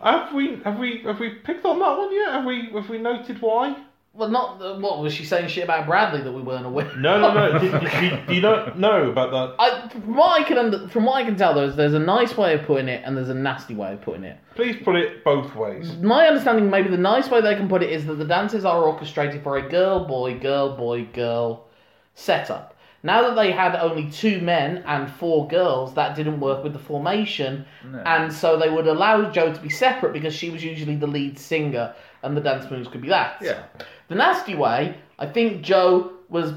Have we have we have we picked on that one yet? Have we have we noted why? Well, not uh, what was she saying shit about Bradley that we weren't aware. No, no, no. Did- did you, do you not know about that? I, from what I can under, from what I can tell, there's there's a nice way of putting it and there's a nasty way of putting it. Please put it both ways. My understanding, maybe the nice way they can put it is that the dances are orchestrated for a girl, boy, girl, boy, girl setup. Now that they had only two men and four girls, that didn't work with the formation, and so they would allow Joe to be separate because she was usually the lead singer, and the dance moves could be that. Yeah. The nasty way, I think Joe was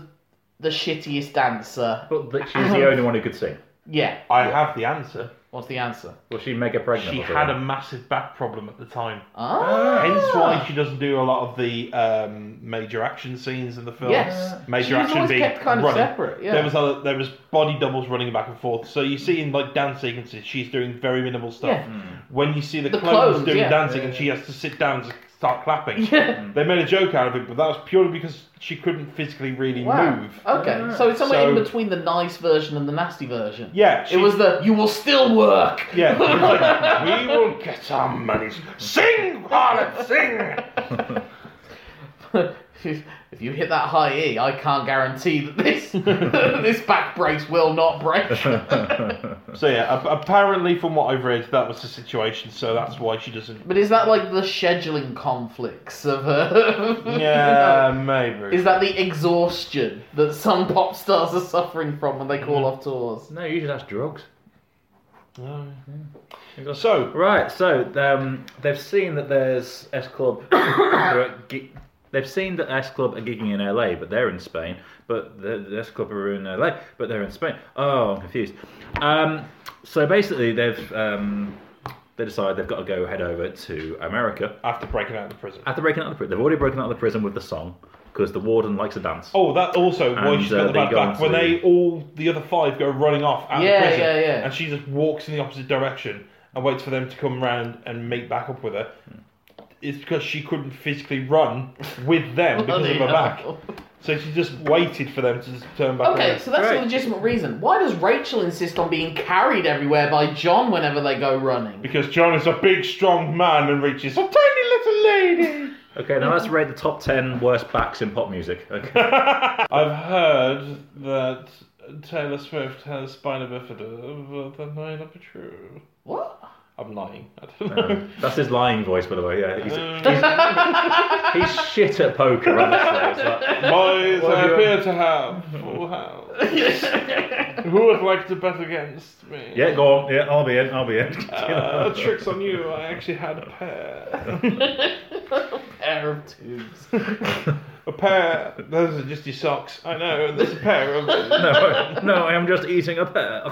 the shittiest dancer. But that she was the only one who could sing. Yeah. I have the answer. What's the answer? Was she mega pregnant? She or something? had a massive back problem at the time. Ah. Hence why she doesn't do a lot of the um, major action scenes in the film. Yes. Major She was action always being kept kind of running. separate, yeah. There was other, there was body doubles running back and forth. So you see in like dance sequences, she's doing very minimal stuff. Hmm. Yeah. When you see the, The clones, clones, doing yeah. dancing and she has to sit down to start clapping. Hmm. Yeah. They made a joke out of it, but that was purely because she couldn't physically really Wow. move. Okay, so it's somewhere So- in between the nice version and the nasty version. Yeah, she- it was the you will still work. Yeah, it's like, we will get our money. Sing, harlot, sing. if you hit that high E, I can't guarantee that this this back brace will not break. So yeah, a- apparently from what I've read, that was the situation. So that's why she doesn't. but is that like the scheduling conflicts of uh, Yeah, maybe. Is that the exhaustion that some pop stars are suffering from when they call Mm-hmm. off tours? No, usually that's drugs. so? Right, so um, they've seen that there's S Club. they're at gi- they've seen that S Club are gigging in LA, but they're in Spain. But the, the S Club are in LA, but they're in Spain. Oh, I'm confused. Um, so basically, they've um, they decide they've got to go head over to America After breaking out of the prison. after breaking out of the prison. They've already broken out of the prison with the song because the warden likes to dance. Oh, that also why And, she's uh, got the they bad go back into when the- they all the other five go running off out Yeah, of prison, yeah, yeah. and she just walks in the opposite direction and waits for them to come round and meet back up with her. It's because she couldn't physically run with them because of her back, so she just waited for them to just turn back. Okay, around. so that's Right. a legitimate reason. Why does Rachel insist on being carried everywhere by John whenever they go running? Because John is a big, strong man and reaches a tiny little lady. Okay, now let's rate the top 10 worst backs in pop music. Okay. I've heard that Taylor Swift has spina bifida, but that might not be true. What? I'm lying. I don't know. That's his lying voice, by the way. Yeah, he's, he's, he's shit at poker, honestly. It's like, Boys, Well, I Um, you- appear to have full house. Who would like to bet against me? yeah, go on. Yeah, I'll be in. I'll be in. Uh, tricks on you, I actually had a pair. Pair of tubes. A pair. Those are just your socks. I know, and there's a pair of them. no, no, I am just eating a pear.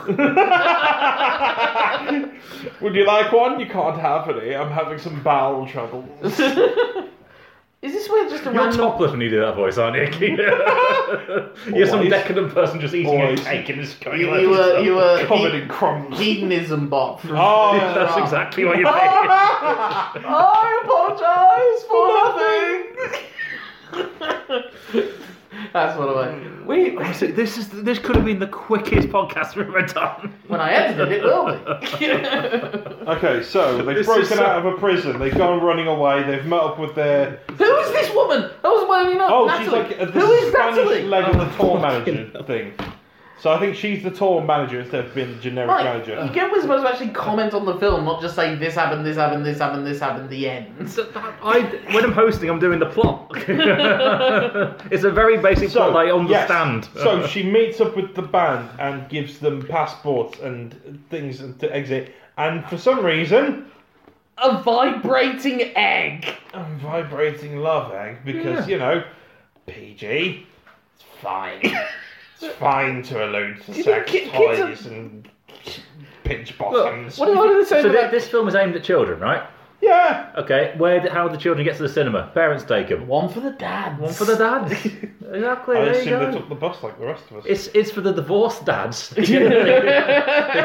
Would you like one? You can't have any. I'm having some bowel trouble. Is this where just a You're random? topless when you do that voice, aren't you? You're some Boys. decadent person just eating Boys. a cake and just going you, like you were this. you were Covered he- in crumbs. hedonism bot. From... Oh, That's exactly what you're saying. I apologise for nothing. That's what I meant. We This is this could have been the quickest podcast we've ever done. when I edited it will be. Okay, so they've This broken is so- out of a prison. They've gone running away. They've met up with their. Who is this woman? That was my only note. Oh, she's Natalie. like uh, Who the is Natalie? Oh Spanish leg of the tour manager hell. thing. So I think she's the tour manager instead of being the generic Right, manager. you get we're supposed to actually comment on the film, not just say this happened, this happened, this happened, this happened. The end. So that- I, when I'm hosting, I'm doing the plot. it's a very basic So plot I yes. understand. so she meets up with the band and gives them passports and things to exit. And for some reason, A vibrating egg. I'm vibrating love egg because Yeah. you know, PG. It's fine. it's fine to allude to think sex ki- kids are- toys and pinch bottoms. What, what did it say So thi- about this film is aimed at children, right? yeah. Okay, where how do the children get to the cinema? Parents take them. One for the dads. One for the dads. exactly. I there you assume go. they took Oh, the bus like the rest of us. It's it's for the divorced dads. they're,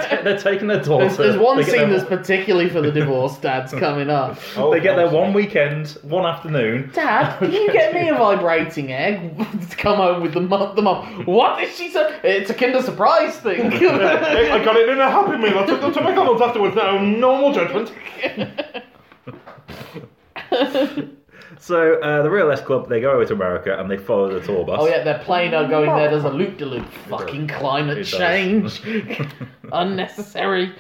ta- they're taking their daughter. There's, there's one they get scene their- that's particularly for the divorce dads coming up. Oh, They get their obviously. one weekend, one afternoon. Dad, can you get me a vibrating egg to come home with the mum? The mum, what did she say? It's a Kinder Surprise thing. Hey, I got it in a Happy Meal. I took them to McDonald's afterwards. Now, normal judgment. So uh, the Real S Club, they go over to America and they follow the tour bus. oh yeah, they're playing are going there. There's a loop de loop. Fucking It climate does. change. Unnecessary.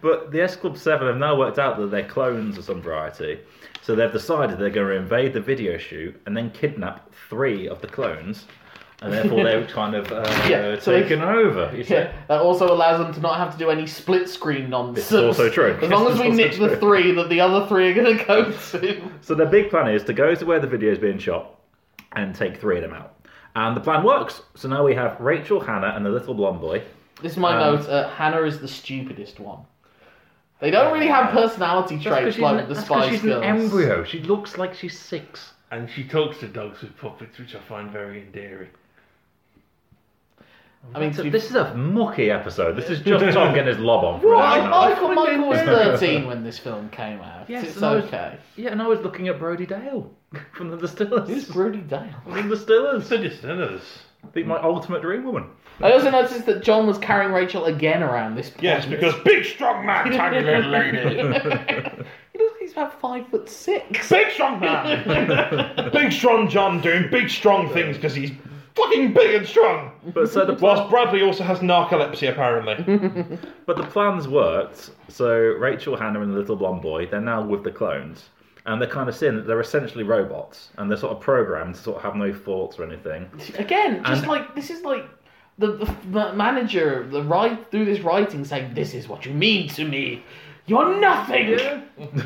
But the S Club 7 have now worked out that they're clones of some variety. So they've decided they're going to invade the video shoot and then kidnap three of the clones. And therefore they're kind of uh, Yeah, so taken over. You see? Yeah, that also allows them to not have to do any split screen nonsense. This is also true. As long This as is we also nick the true. three that the other three are going to go to. So their big plan is to go to where the video is being shot and take three of them out. And the plan works. So now we have Rachel, Hannah, and the little blonde boy. This is my Um, note. Uh, Hannah is the stupidest one. They don't really have personality traits like the Spice uh, she's an Girls. embryo. She looks like she's six. And she talks to dogs with puppets, which I find very endearing. I mean, to be this is a mucky episode. This is just Tom getting his lob on. for an hour and a Well, half. Michael, Michael was 13 when this film came out. Yes, it's and I was- okay. Yeah, and I was looking at Brody Dale from the Who's Distillers. Brody Dale? From the Distillers. They're just others. The- my ultimate dream woman. I also noticed that John was carrying Rachel again around this point. Yes, because big strong man, tiny little lady. he looks like he's about five foot six. Big strong man. big strong John doing big strong things because he's fucking big and strong. But so the Whilst Bradley also has narcolepsy, apparently. but the plans worked. So Rachel, Hannah, and the little blonde boy, they're now with the clones. And they're kind of seeing that they're essentially robots and they're sort of programmed to sort of have no thoughts or anything. Again, just And- like this is like the, the, the manager the right through this writing saying, "This is what you mean to me. You're nothing."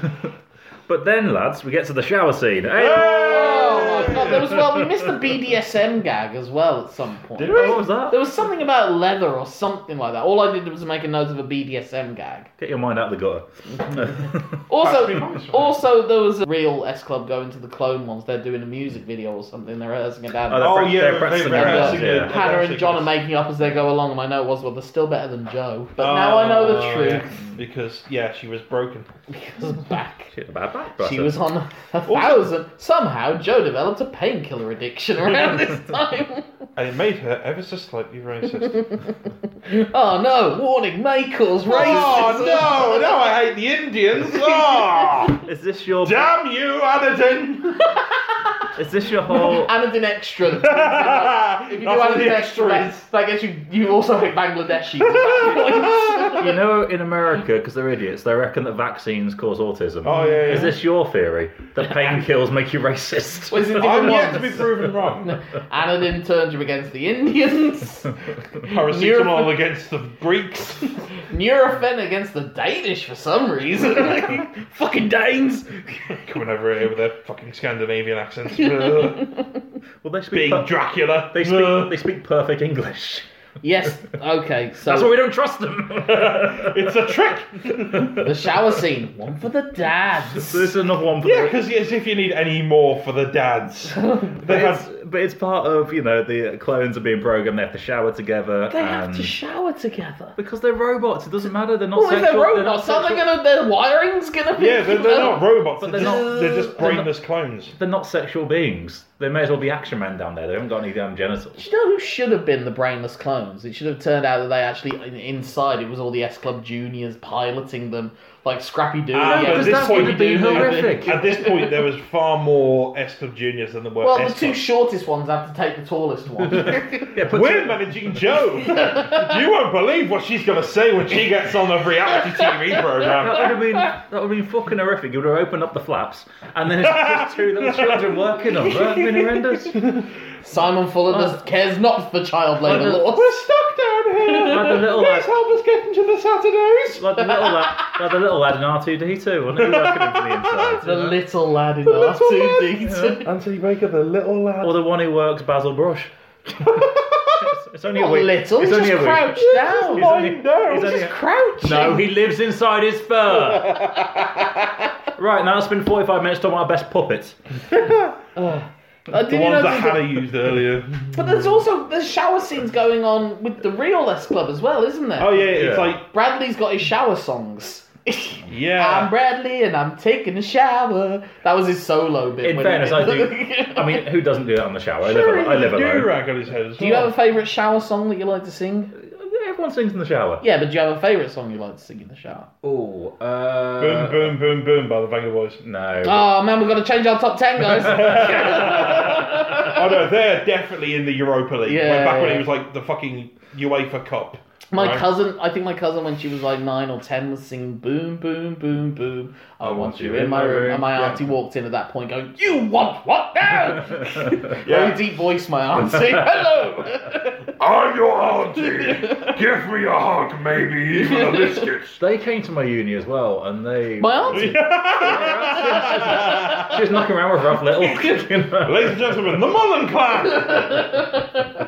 But then, lads, we get to the shower scene. Hey! Oh my god! There was well, we missed the BDSM gag as well at some point. Oh, What was that? There was something about leather or something like that. All I did was make a note of a BDSM gag. Get your mind out of the gutter. Also, That's pretty nice, right? also there was a real S Club going to the clone ones. They're doing a music video or something. They're rehearsing about Oh, it. they're pra- they're practicing they're their practicing moves, their- yeah. Hannah and John are practicing- making up as they go along, and my note was, well, they're still better than Joe. But now I know the Oh, truth. yeah, Because, yeah, she was broken. Because back, She had a bad back, she brother. was on a thousand. Somehow, Joe developed a painkiller addiction around this time. And it made her ever so slightly racist. oh no! Warning may cause racism. oh, no, no, I hate the Indians. Oh! Is this your? Damn you, Anadin! Is this your whole? Anadin extra. if you do That's all Anadin the extra, extras. that, that gets you. You also hit Bangladeshi. you know, in America, because they're idiots, they reckon that vaccines cause autism. Oh, yeah, yeah. Is this your theory that painkillers make you racist? Was it I'm different yet to be ones? proven wrong. Anadin turned you against the Indians. Paracetamol against the Greeks. Nurofen against the Danish for some reason. Fucking Danes. Coming over here with their fucking Scandinavian accents. Well, they speak. Being per- Dracula. they speak. They speak perfect English. yes. Okay. So That's why we don't trust them. It's a trick! the shower scene. One for the dads. so this is another one. For Yeah, the- because as if you need any more for the dads. They But it's, have but it's part of you know the clones are being programmed. They have to shower together. They have and- um, to shower together. because they're robots. It doesn't matter. They're not Well, if sexual. they're robots, They're not, are they sexual- gonna? Their wiring's gonna be. yeah, they're, they're not robots. They're, they're just, not- they're just they're not- brainless clones. they're not sexual beings. They may as well be action man down there. They haven't got any damn genitals. Do you know who should have been the brainless clones? It should have turned out that they actually in- inside it was all the S Club juniors piloting them, like Scrappy Doo. Ah, but yeah, at just this that's point what you they do do. horrific. At this point, there was far more S Club juniors than there were Well, S the two Club. shortest ones have to take the tallest one. Yeah, put We're managing Joe. you won't believe what she's going to say when she gets on the reality TV That program. would have been that would have been fucking horrific. You would have opened up the flaps, and then it's just two little children working on. That'd been horrendous. Like Simon Fuller does, cares not for child labour the- laws. We're stuck down here. Like the little Please lad. help us get into the Saturdays. the little lad, like the little lad in R two D two, wasn't he working him from the inside? The little lad in little R2D2. Anthony Baker, the little lad. Or the one who works Basil Brush. it's, it's only Not a week. little, Oh, It's he's only just a week. crouched down. He's only- no, he's he's only just a- Crouching. No, he lives inside his fur. right now, it's been forty-five minutes talking about our best puppets. Uh, did The you ones that know there's a- Hannah used earlier. But there's also there's shower scenes going on with the real S Club as well, isn't there? Oh yeah, it's Yeah. like Bradley's got his shower songs. I'm yeah. Bradley and I'm taking a shower. That was his solo bit. In when he fairness, I did- do. I mean, who doesn't do that in the shower? I Sure, live, al- I live he's a alone. do-rag on his head as do you well. have a favourite shower song that you like to sing? Everyone sings in the shower. Yeah, but do you have a favourite song you like to sing in the shower? Oh, uh, Boom, boom, boom, boom by the Banger Boys. No. Oh man, we've got to change our top ten, guys. Oh no, they're definitely in the Europa League. Yeah, Way back when yeah. it was like the fucking UEFA Cup. my right? cousin, I think my cousin when she was like nine or ten was singing "Boom, boom, boom, boom." I, want you in my room. And my Yeah. auntie walked in at that point, going, "You want what now?" Very Yeah. deep voice, my auntie. Hello. I'm your auntie. Give me a hug, maybe even a biscuit. They came to my uni as well, and they. my auntie. she was knocking around with Ralph Little. you know. Ladies and gentlemen, the Mullen Clan.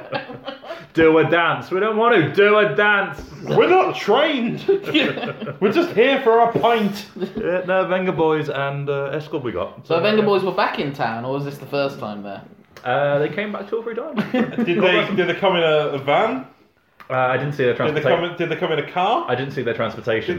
do a dance. We don't want to do a dance. We're not trained. We're just here for our pint. Yeah, Uh, no, Venga Boys and uh, S Club we got. So Venga Boys were back in town, or was this the first time there? Uh, they came back two or three times. uh, Did they? Did they come in a, a van? I didn't see their Did they come? transportation. In, did they come in a car? I didn't see their transportation.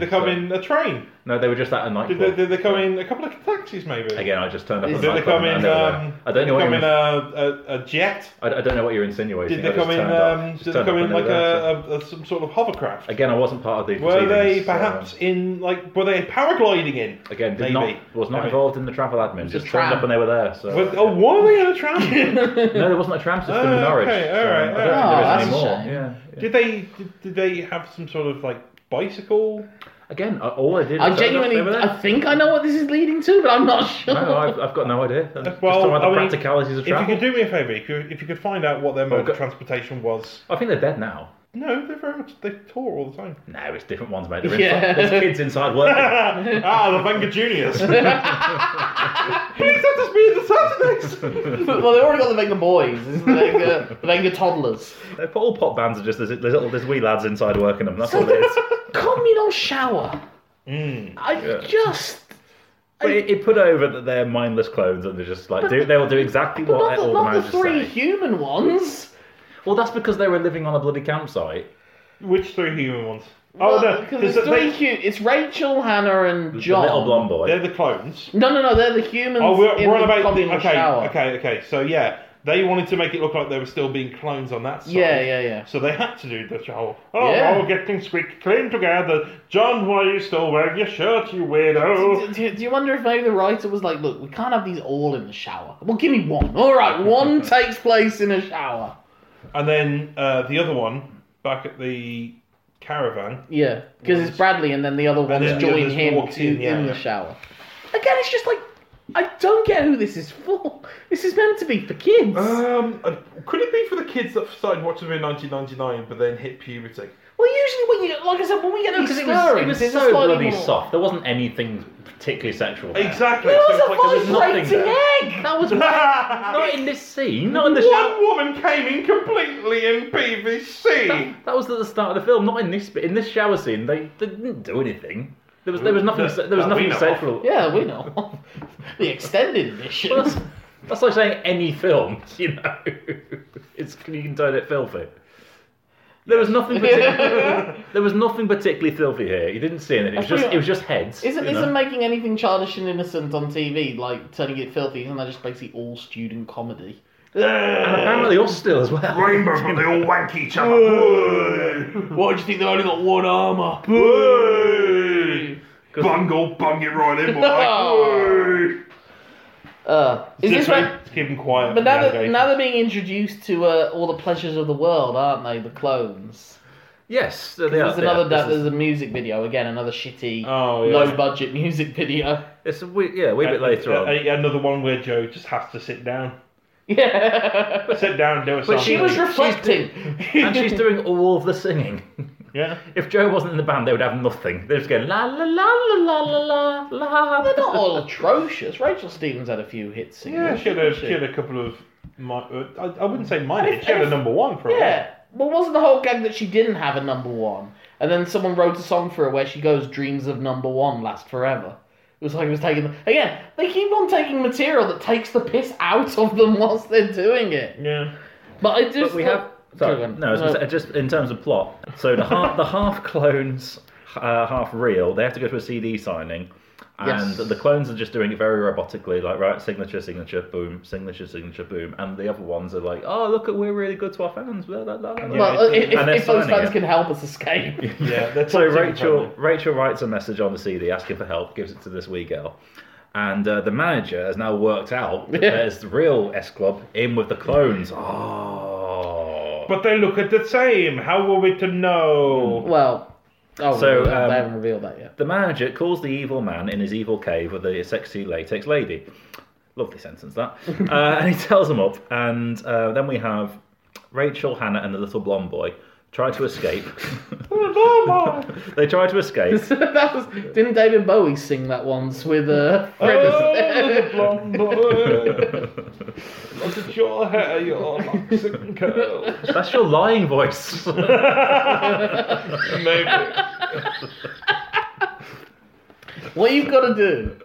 Did they come so- in a train? No, they were just at a nightclub. Did they, did they come in a couple of taxis, maybe? Again, I just turned up. at a Did Did they nightclub come and in? they were there. Um, I don't know did they what come you in a, a, a jet. I, I don't know what you're insinuating. Did they I just come in? turned up. Um, Just did they turned come up in and like they were there, a, so- a, a some sort of hovercraft? Again, I wasn't part of the. Were they proceedings, so- perhaps in like? Were they paragliding in? Again, Maybe. did not was not Maybe. involved in the travel admin. Just turned a tram. up and they were there. So Was- oh, were they in a tram? no, there wasn't a tram system in Oh, Norwich. okay, so alright, I don't alright. think Oh, there is that's a anymore. shame. Yeah. yeah. did they? Did, did they have some sort of like bicycle? Again, I- all I did. I was turn up, genuinely, they were there. I think I know what this is leading to, but I'm not sure. No, I've, I've got no idea. I'm just Well, talking about the I mean, practicalities of If you travel. could do me a favour, if you, if you could find out what their mode go- of transportation was. I think they're dead now. No, they're very much they tour all the time. No, it's different ones, mate. They're Yeah. inside, there's kids inside working. ah, the Venga Juniors. Please let us be in the Saturdays. well, they've already got the Venga Boys, isn't the Venga, the Venga Toddlers. They're all pop bands are just there's, there's little there's wee lads inside working them. That's all it is. Communal shower. I just But it, it put over that they're mindless clones and they're just like do, they will do exactly but what not the, all not the managers three say. human ones. Well, that's because they were living on a bloody campsite. Which three human ones? Well, Oh no, because there's it's a- three they, hu- It's Rachel, Hannah, and The John. little blonde boy. they're the clones. No, no, no. They're the humans. Oh, we're, in we're on the about the, communal okay, shower. okay, okay. So yeah, They wanted to make it look like they were still being clones on that side. Yeah, yeah, yeah. So they had to do the whole, oh, Yeah. we're all getting squeaky clean together. John, why are you still wearing your shirt, you Do, weirdo? do- do you wonder if maybe the writer was like, look, we can't have these all in the shower. Well, give me one. All right, one takes place in a shower. And then uh, the other one, back at the caravan, Yeah, because it's Bradley, and then the other ones then the join others him walk to, in, in, yeah. the shower. Again, it's just like I don't get who this is for. This is meant to be for kids. Um, uh, could it be for the kids that started watching them in 1999 but then hit puberty? well, usually when you like I said, when we get up Because to it was, stirring, it was it's so slightly bloody more- soft. There wasn't anything particularly sexual. there. Exactly. There so it's like there was was a nothing nothing vibrating there. egg. That was Not in this scene. Not in the One shower. woman came in completely in PVC. That was at the start of the film. Not in this. But in this shower scene, they, they didn't do anything. There was there was nothing. Mm, No, se- there was no, we nothing know. sexual. yeah, we know the extended edition. Well, that's, that's like saying any film, you know. It's you can turn it filthy. There was nothing. Particularly, there was nothing particularly filthy here. You didn't see anything. It was just That's pretty- it was just heads. Isn't you know? isn't making anything childish and innocent on TV like turning it filthy? Isn't that just basically all student comedy? and apparently us still as well. Rainbow, but they all wank each other. Why do you think they only got one armor? Bungle, bung it right in, boy. Oh. Uh, is this Just right? keep- keep them quiet. But now that nowadays. now they're being introduced to uh, all the pleasures of the world, aren't they? The clones. Yes, they are. There's they are. another. This is- There's a music video again. Another shitty, Oh, yeah. low budget music video. It's a wee, yeah, a wee bit later Uh, on. uh, another one where Joe just has to sit down. Yeah. Sit down, do it. But she was she's doing- reflecting. and she's doing all of the singing. yeah. If Joe wasn't in the band, they would have nothing. They're just going la la la la la la la la. They're not all atrocious. Rachel Stevens had a few hit Yeah, singles. she had a, didn't she had a couple of. My, uh, I, I wouldn't say minor. She had a number one for a Yeah. Well, wasn't the whole gag that she didn't have a number one? And then someone wrote a song for her where she goes, Dreams of Number One Last Forever. It was like it was taking. Again, they keep on taking material that takes the piss out of them whilst they're doing it. while. Yeah. But I just. But we have. Sorry, Go on. no, I was gonna say, just in terms of plot. So the half the half clones, uh, half real. They have to go to a CD signing, and Yes. the clones are just doing it very robotically, like right signature, signature, boom, signature, signature, boom. And the other ones are like, oh look, at we're really good to our fans. Blah, blah, blah, blah, blah. Well, if, And they're if those signing fans it. can help us escape. Yeah, that's so what Tim Rachel told me. Rachel writes a message on the CD asking for help, gives it to this wee girl, and uh, the manager has now worked out that there's the real S Club in with the clones. Oh, But they look at the same. How were we to know? Well. Oh, So, they um, haven't revealed that yet. the manager calls the evil man in his evil cave with a sexy latex lady. Lovely sentence that, uh, and he tells him up, and uh, then we have Rachel, Hannah, and the little blonde boy try to escape. they try to escape. that was didn't David Bowie sing that once with uh, Oh, Fred Astaire? Look at your hair, your locks and curls. That's your lying voice. Maybe. What you've got to do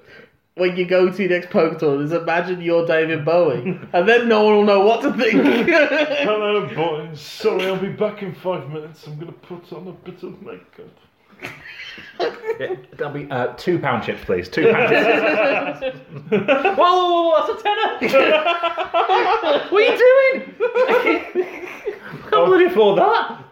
when you go to your next poker tournament is imagine you're David Bowie, and then no one will know what to think. Hello, boys. Sorry, I'll be back in five minutes. I'm gonna put on a bit of makeup. Yeah, that'll be uh, two pound chips, please. Two pound chips. whoa, whoa, whoa, that's a tenner. what are you doing? Can't bloody afford that.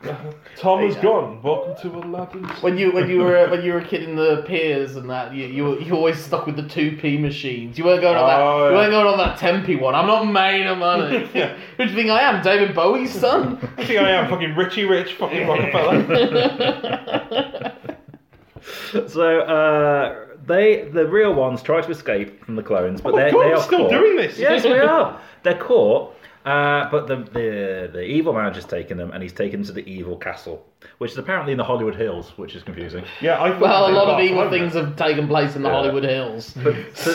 Tom is gone. Welcome to Aladdin's. when you when you were when you were a kid in the piers and that, you you, were, you always stuck with the two p machines. You weren't going on that. Oh, You yeah. weren't going on that ten p one. I'm not made of money. Yeah. Who do you think I am, David Bowie's son? I think I am fucking Richie Rich, fucking Rockefeller. So uh, they, the real ones, try to escape from the clones, but Oh my they're God, they we're are still caught. doing this. Yes, we are. They're caught. Uh, but the, the the evil manager's taken them, and he's taken them to the evil castle, which is apparently in the Hollywood Hills, which is confusing. yeah, I thought Well, a they lot were of evil clones. things have taken place in the Yeah. Hollywood Hills.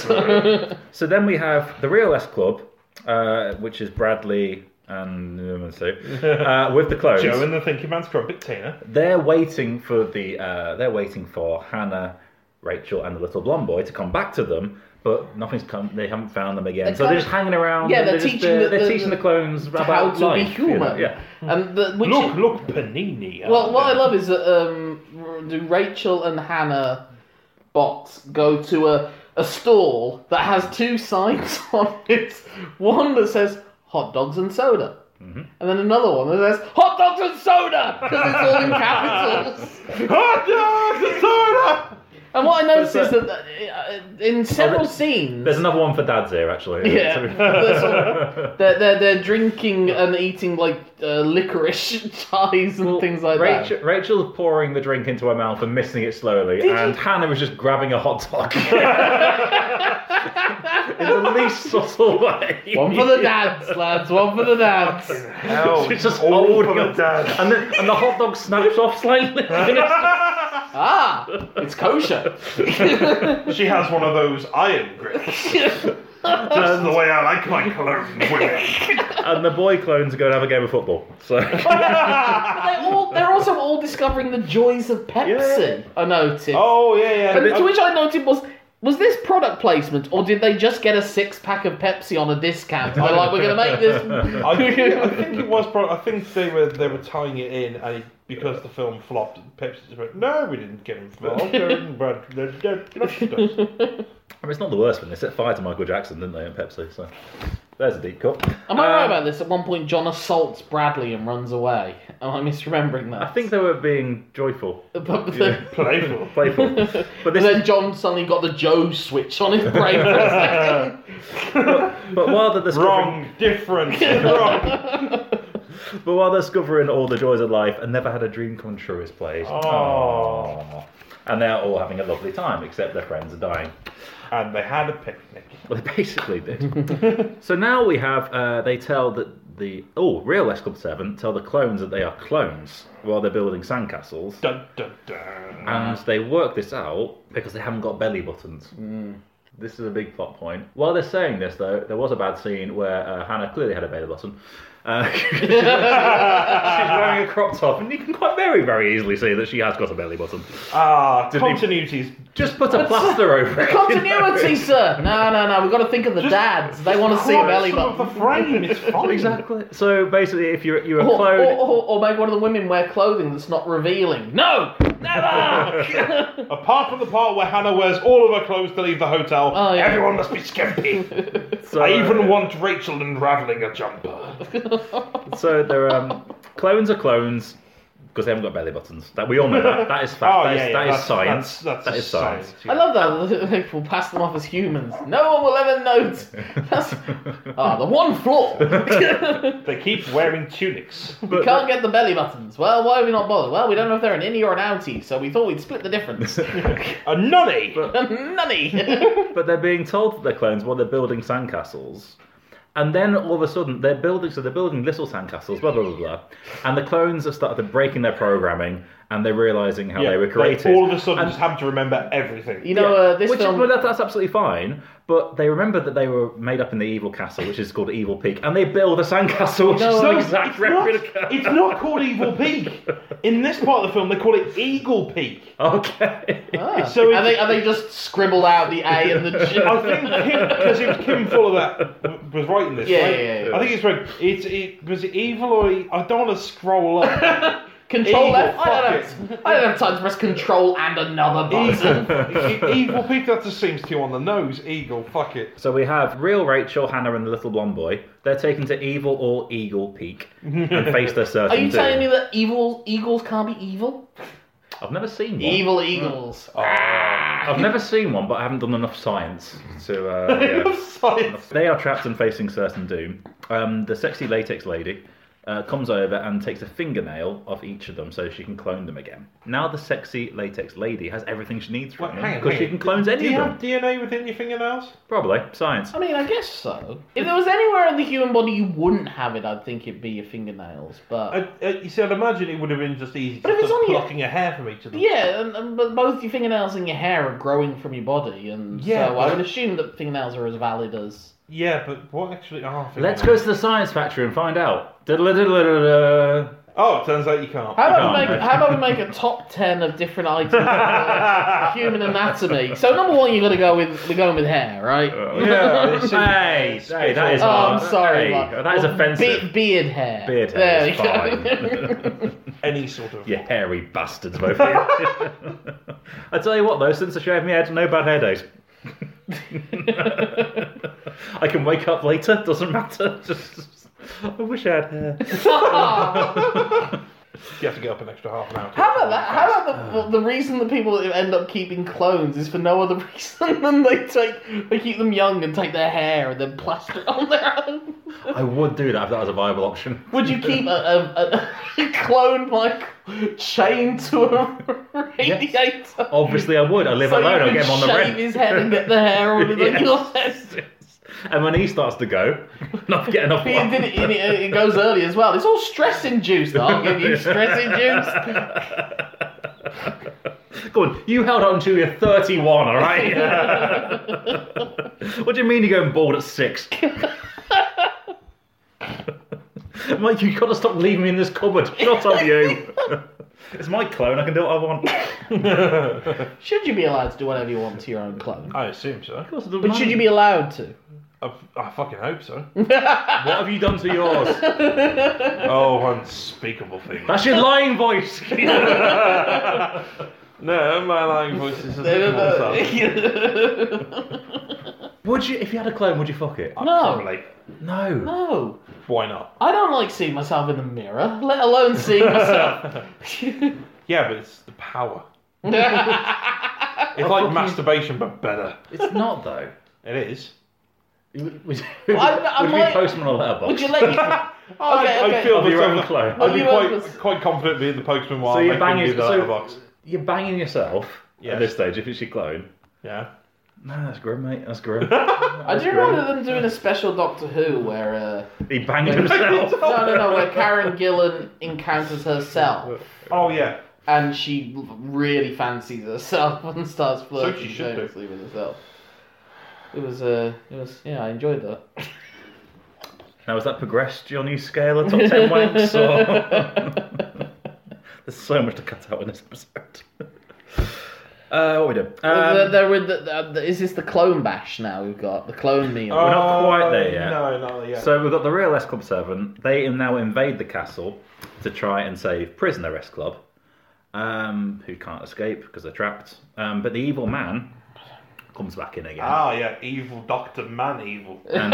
so, so then we have the real S Club, uh, which is Bradley and um, so, uh, with the clones. Joe and the Thinking Man's Crumpet, Tina. They're waiting for the uh, they're waiting for Hannah, Rachel, and the little blonde boy to come back to them. But nothing's come. They haven't found them again. They're so they're kind just of- hanging around. Yeah, and they're just, teaching uh, the- they're the- teaching the clones about How to life, be you know, human. yeah. And the, which Look, look, Panini. Well, what I love is that um, r- do Rachel and Hannah Bot go to a, a stall that has two signs on it. One that says hot dogs and soda. Mm-hmm. And then another one that says hot dogs and soda because it's all in capitals. Hot dogs and soda! and what I noticed There's is a- that uh, in several scenes, There's another one for dads here, actually. Yeah. There's one- they're, they're, they're drinking and eating like uh, licorice ties and things like Rachel, that. Rachel's pouring the drink into her mouth and missing it slowly, and Hannah was just grabbing a hot dog in the least subtle way. One for the dads, lads. One for the dads. Hell, She's just all holding for the up- dad. and the, and the hot dog snaps off slightly. Ah, it's kosher. She has one of those iron grips. That's the way I like my cologne women. and the boy clones go and have a game of football. So They're, all, they're also all discovering the joys of Pepsi. I noticed. oh, yeah, yeah. and to which I noted was. Was this product placement, or did they just get a six pack of Pepsi on a discount? I like, we're going to make Uh, this. I think, I think it was. Pro- I think they were they were tying it in, and it- because the film flopped, Pepsi just went, "No, we didn't get involved." But they're- they're- they're- I mean, it's not the worst one. They set fire to Michael Jackson, didn't they, in Pepsi? So there's a deep cut. Am I right Um, about this? At one point, John assaults Bradley and runs away. Am I misremembering that? I think they were being joyful, But the- Playful. playful. But and this, then John suddenly got the Joe switch on his brain for a second. but while they're discovering, Wrong. Different. Wrong. but while they're discovering all the joys of life, and never had a dream come true is played. Aww. And they're all having a lovely time, except their friends are dying. And they had a picnic. Well, they basically did. so now we have, uh, they tell that the, oh, real S Club 7 tell the clones that they are clones while they're building sandcastles. Dun dun dun. And they work this out because they haven't got belly buttons. Mm. This is a big plot point. While they're saying this, though, there was a bad scene where uh, Hannah clearly had a belly button. Uh, she's wearing a crop top, and you can quite very, very easily see that she has got a belly button. Ah, he- continuities. Just put a plaster over it. Continuity, sir. No, no, no. We've got to think of the dads. They want to see a Right, belly some of button. the frame. It's fine. Exactly. So basically, if you're you're a Oh, Or, clone, or, or, or make one of the women wear clothing that's not revealing. No, never. Apart from the part where Hannah wears all of her clothes to leave the hotel, Oh, yeah. everyone must be skimpy. so, oh. I even want Rachel unraveling a jumper. so they're um, clones are clones because they haven't got belly buttons. That we all know that. That is fact. Oh, That is yeah, yeah, that that's- is science. that's- that's That a is science. science, yeah. I love that they will pass them off as humans. No one will ever notice. That's ah the one flaw. we They keep wearing tunics. But can't get the belly buttons. Well, why are we not bothered? Well, we don't know if they're an innie or an outie, so we thought we'd split the difference. A nunny! Nunny. But they're being told that they're clones while they're building sandcastles. And then all of a sudden, they're building, so they're building little sandcastles, blah, blah, blah, blah. And the clones have started breaking their programming and they're realizing how they were created. all of a sudden And- just have to remember everything. You know, uh, this Which is, film. well, that, that's absolutely fine, but they remember that they were made up in the evil castle, which is called Evil Peak, and they build a sandcastle, which is No, an no, exact it's, not, replica. it's not called Evil Peak. In this part of the film, they call it Eagle Peak. Okay. Ah. so are it's- they are they just scribbled out the A and the G? I think because it was Kim Fuller that w- was writing this. Yeah, right? yeah, yeah, yeah. I think it's right. It's it was it evil or e- I don't want to scroll up. Control Evil, F. I don't fuck have, I don't have time to press Control and another button. evil, E- evil Peak. That just seems too on the nose. Eagle. Fuck it. So we have real Rachel, Hannah, and the little blonde boy. They're taken to Evil or Eagle Peak and face their Are certain you doom. telling me that evil eagles can't be evil? I've never seen one. Evil eagles. Oh, I've never seen one, but I haven't done enough science Mm-hmm. to. Uh, yeah. Science. They are trapped and facing certain doom. Um, the sexy latex lady uh, comes over and takes a fingernail off each of them so she can clone them again. Now the sexy latex lady has everything she needs Wait, from hang them on, because hang she on. can clone Do any you of them. have DNA within your fingernails? Probably science. I mean, I guess so. If there was anywhere in the human body you wouldn't have it, I'd think it'd be your fingernails. But I, I, you see, I'd imagine it would have been just easy if to it's start on your- plucking a hair from each of them. yeah, and, and, but both your fingernails and your hair are growing from your body, and Yeah, so but- I would assume that fingernails are as valid as. Yeah, but what actually? Oh, Let's go to the science factory and find out. Diddle-a-diddle-a-diddle-a. Oh, it turns out you can't. How about, we can't. make, how about we make a top ten of different items for human anatomy? So number one, you got to go with we're going with hair, right? Yeah, this is- Hey, hey, that is oh, hard. I'm sorry. Oh, Hey, Mark. that is Well, offensive. Be- beard hair. Beard There hair is we go. fine. Any sort of. you hairy bastards, both of you. I tell you what, though, since I shaved my head, no bad hair days. I can wake up later, doesn't matter. Just, just- I wish I had hair. You have to get up an extra half an hour. to- How about that? How about the, the reason that people end up keeping clones is for no other reason than they take they keep them young and take their hair and then plaster it on their own? I would do that if that was a viable option. Would you keep a, a, a, a clone like chained to a radiator? Obviously, I would. I live So you alone. I can get him on the shave rent. his head and get the hair on it Yes. on your head. And when he starts to go, not getting off. It, did it, it, it goes early as well. It's all stress induced. I'll give you stress induced. Go on, you held on to your 31, all right? what do you mean you're going bald at six? Mike, you've got to stop leaving me in this cupboard. Not on you. it's my clone, I can do what I want. Should you be allowed to do whatever you want to your own clone? I assume so. But should you be allowed to? I, I fucking hope so. What have you done to yours? oh, unspeakable thing. That's your lying voice. No, my lying voice is unspeakable. no. would you, if you had a clone, would you fuck it? Probably. No. No. Why not? I don't like seeing myself in the mirror, let alone seeing myself. Yeah, but it's the power. it's It's like masturbation, but better. It's not though. It is. Would, would, I- I would might- you post them on a letterbox? Would you let me? Okay, I, okay. I feel Of your myself- own clone. I'd be Of your own quite, clone. quite confident being the postman while So I'm you're making banging- the so- letterbox. You're banging yourself Yes. at this stage if it's your clone. Yeah. No, that's grim, mate. That's grim. I do remember them doing a special Doctor Who where. Uh, he banged himself. no, no, no, where Karen Gillan encounters herself Oh yeah. and she really fancies herself and starts flirting she should do. shamelessly with herself. It was, uh, it was, yeah, I enjoyed that. Now, has that progressed your new scale of top 10 wanks? Or... There's so much to cut out in this episode. Uh, what are we doing? Um, They're- they're with the, the- the- is this the clone bash now we've got? The clone meal? We're not quite there Oh, yet. No, not yet. So we've got the real S Club 7. They now invade the castle to try and save prisoner S Club, um, who can't escape because they're trapped. Um, but the evil man comes back in again. ah, yeah. Evil Doctor Man, evil. And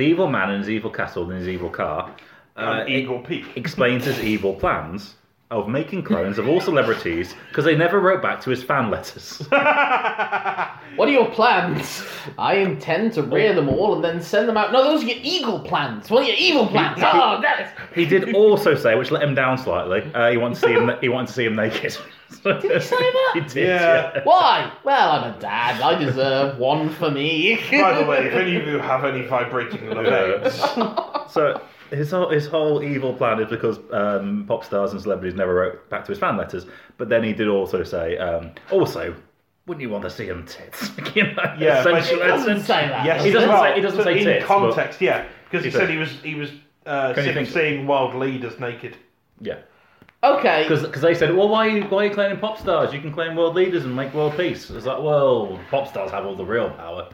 the evil man in his evil castle in his evil car uh, Um, And Eagle Peak. explains his evil plans of making clones of all celebrities because they never wrote back to his fan letters. What are your plans? I intend to rear them all and then send them out. No, those are your eagle plans. What are your evil plans? Oh, that he did also say, which let him down slightly. Uh, he wanted to see him. He wanted to see him naked. did he say that? He did. Yeah. yeah. is... Why? Well, I'm a dad. I deserve one for me. By the way, if any of you have any vibrating legs, So his whole his whole evil plan is because um, pop stars and celebrities never wrote back to his fan letters. But then he did also say, um, also, wouldn't you want to see him tits? you know, Yeah, but essentially- he doesn't say that. yes, He doesn't well, say- he doesn't so say in tits, but- context. Yeah, because he He said- said he was he was uh, Can sick you of think- seeing world leaders naked. Yeah, Okay. because they said, well, why are you why are you claiming pop stars? You can claim world leaders and make world peace. It's like, well, pop stars have all the real power.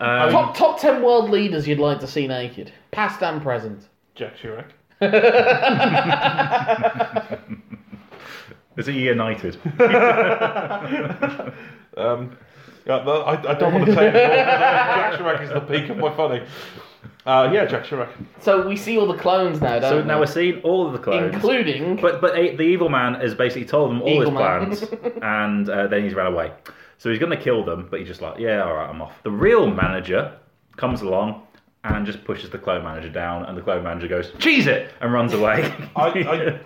Um, top top ten world leaders you'd like to see naked, past and present. Jack Chirac. is it United? Um, yeah, no, I, I don't want to say it anymore. 'cause uh, Jack Chirac is the peak of my funny. Uh, yeah, Jack Chirac. So we see all the clones now, don't so we? now we're seeing all of the clones. including. But but eh, the evil man has basically told them all his Evil man. plans, and uh, then he's ran away. So he's going to kill them, but he's just like, yeah, all right, I'm off. The real manager comes along and just pushes the clone manager down, and the clone manager goes, cheese it, and runs away. I, I,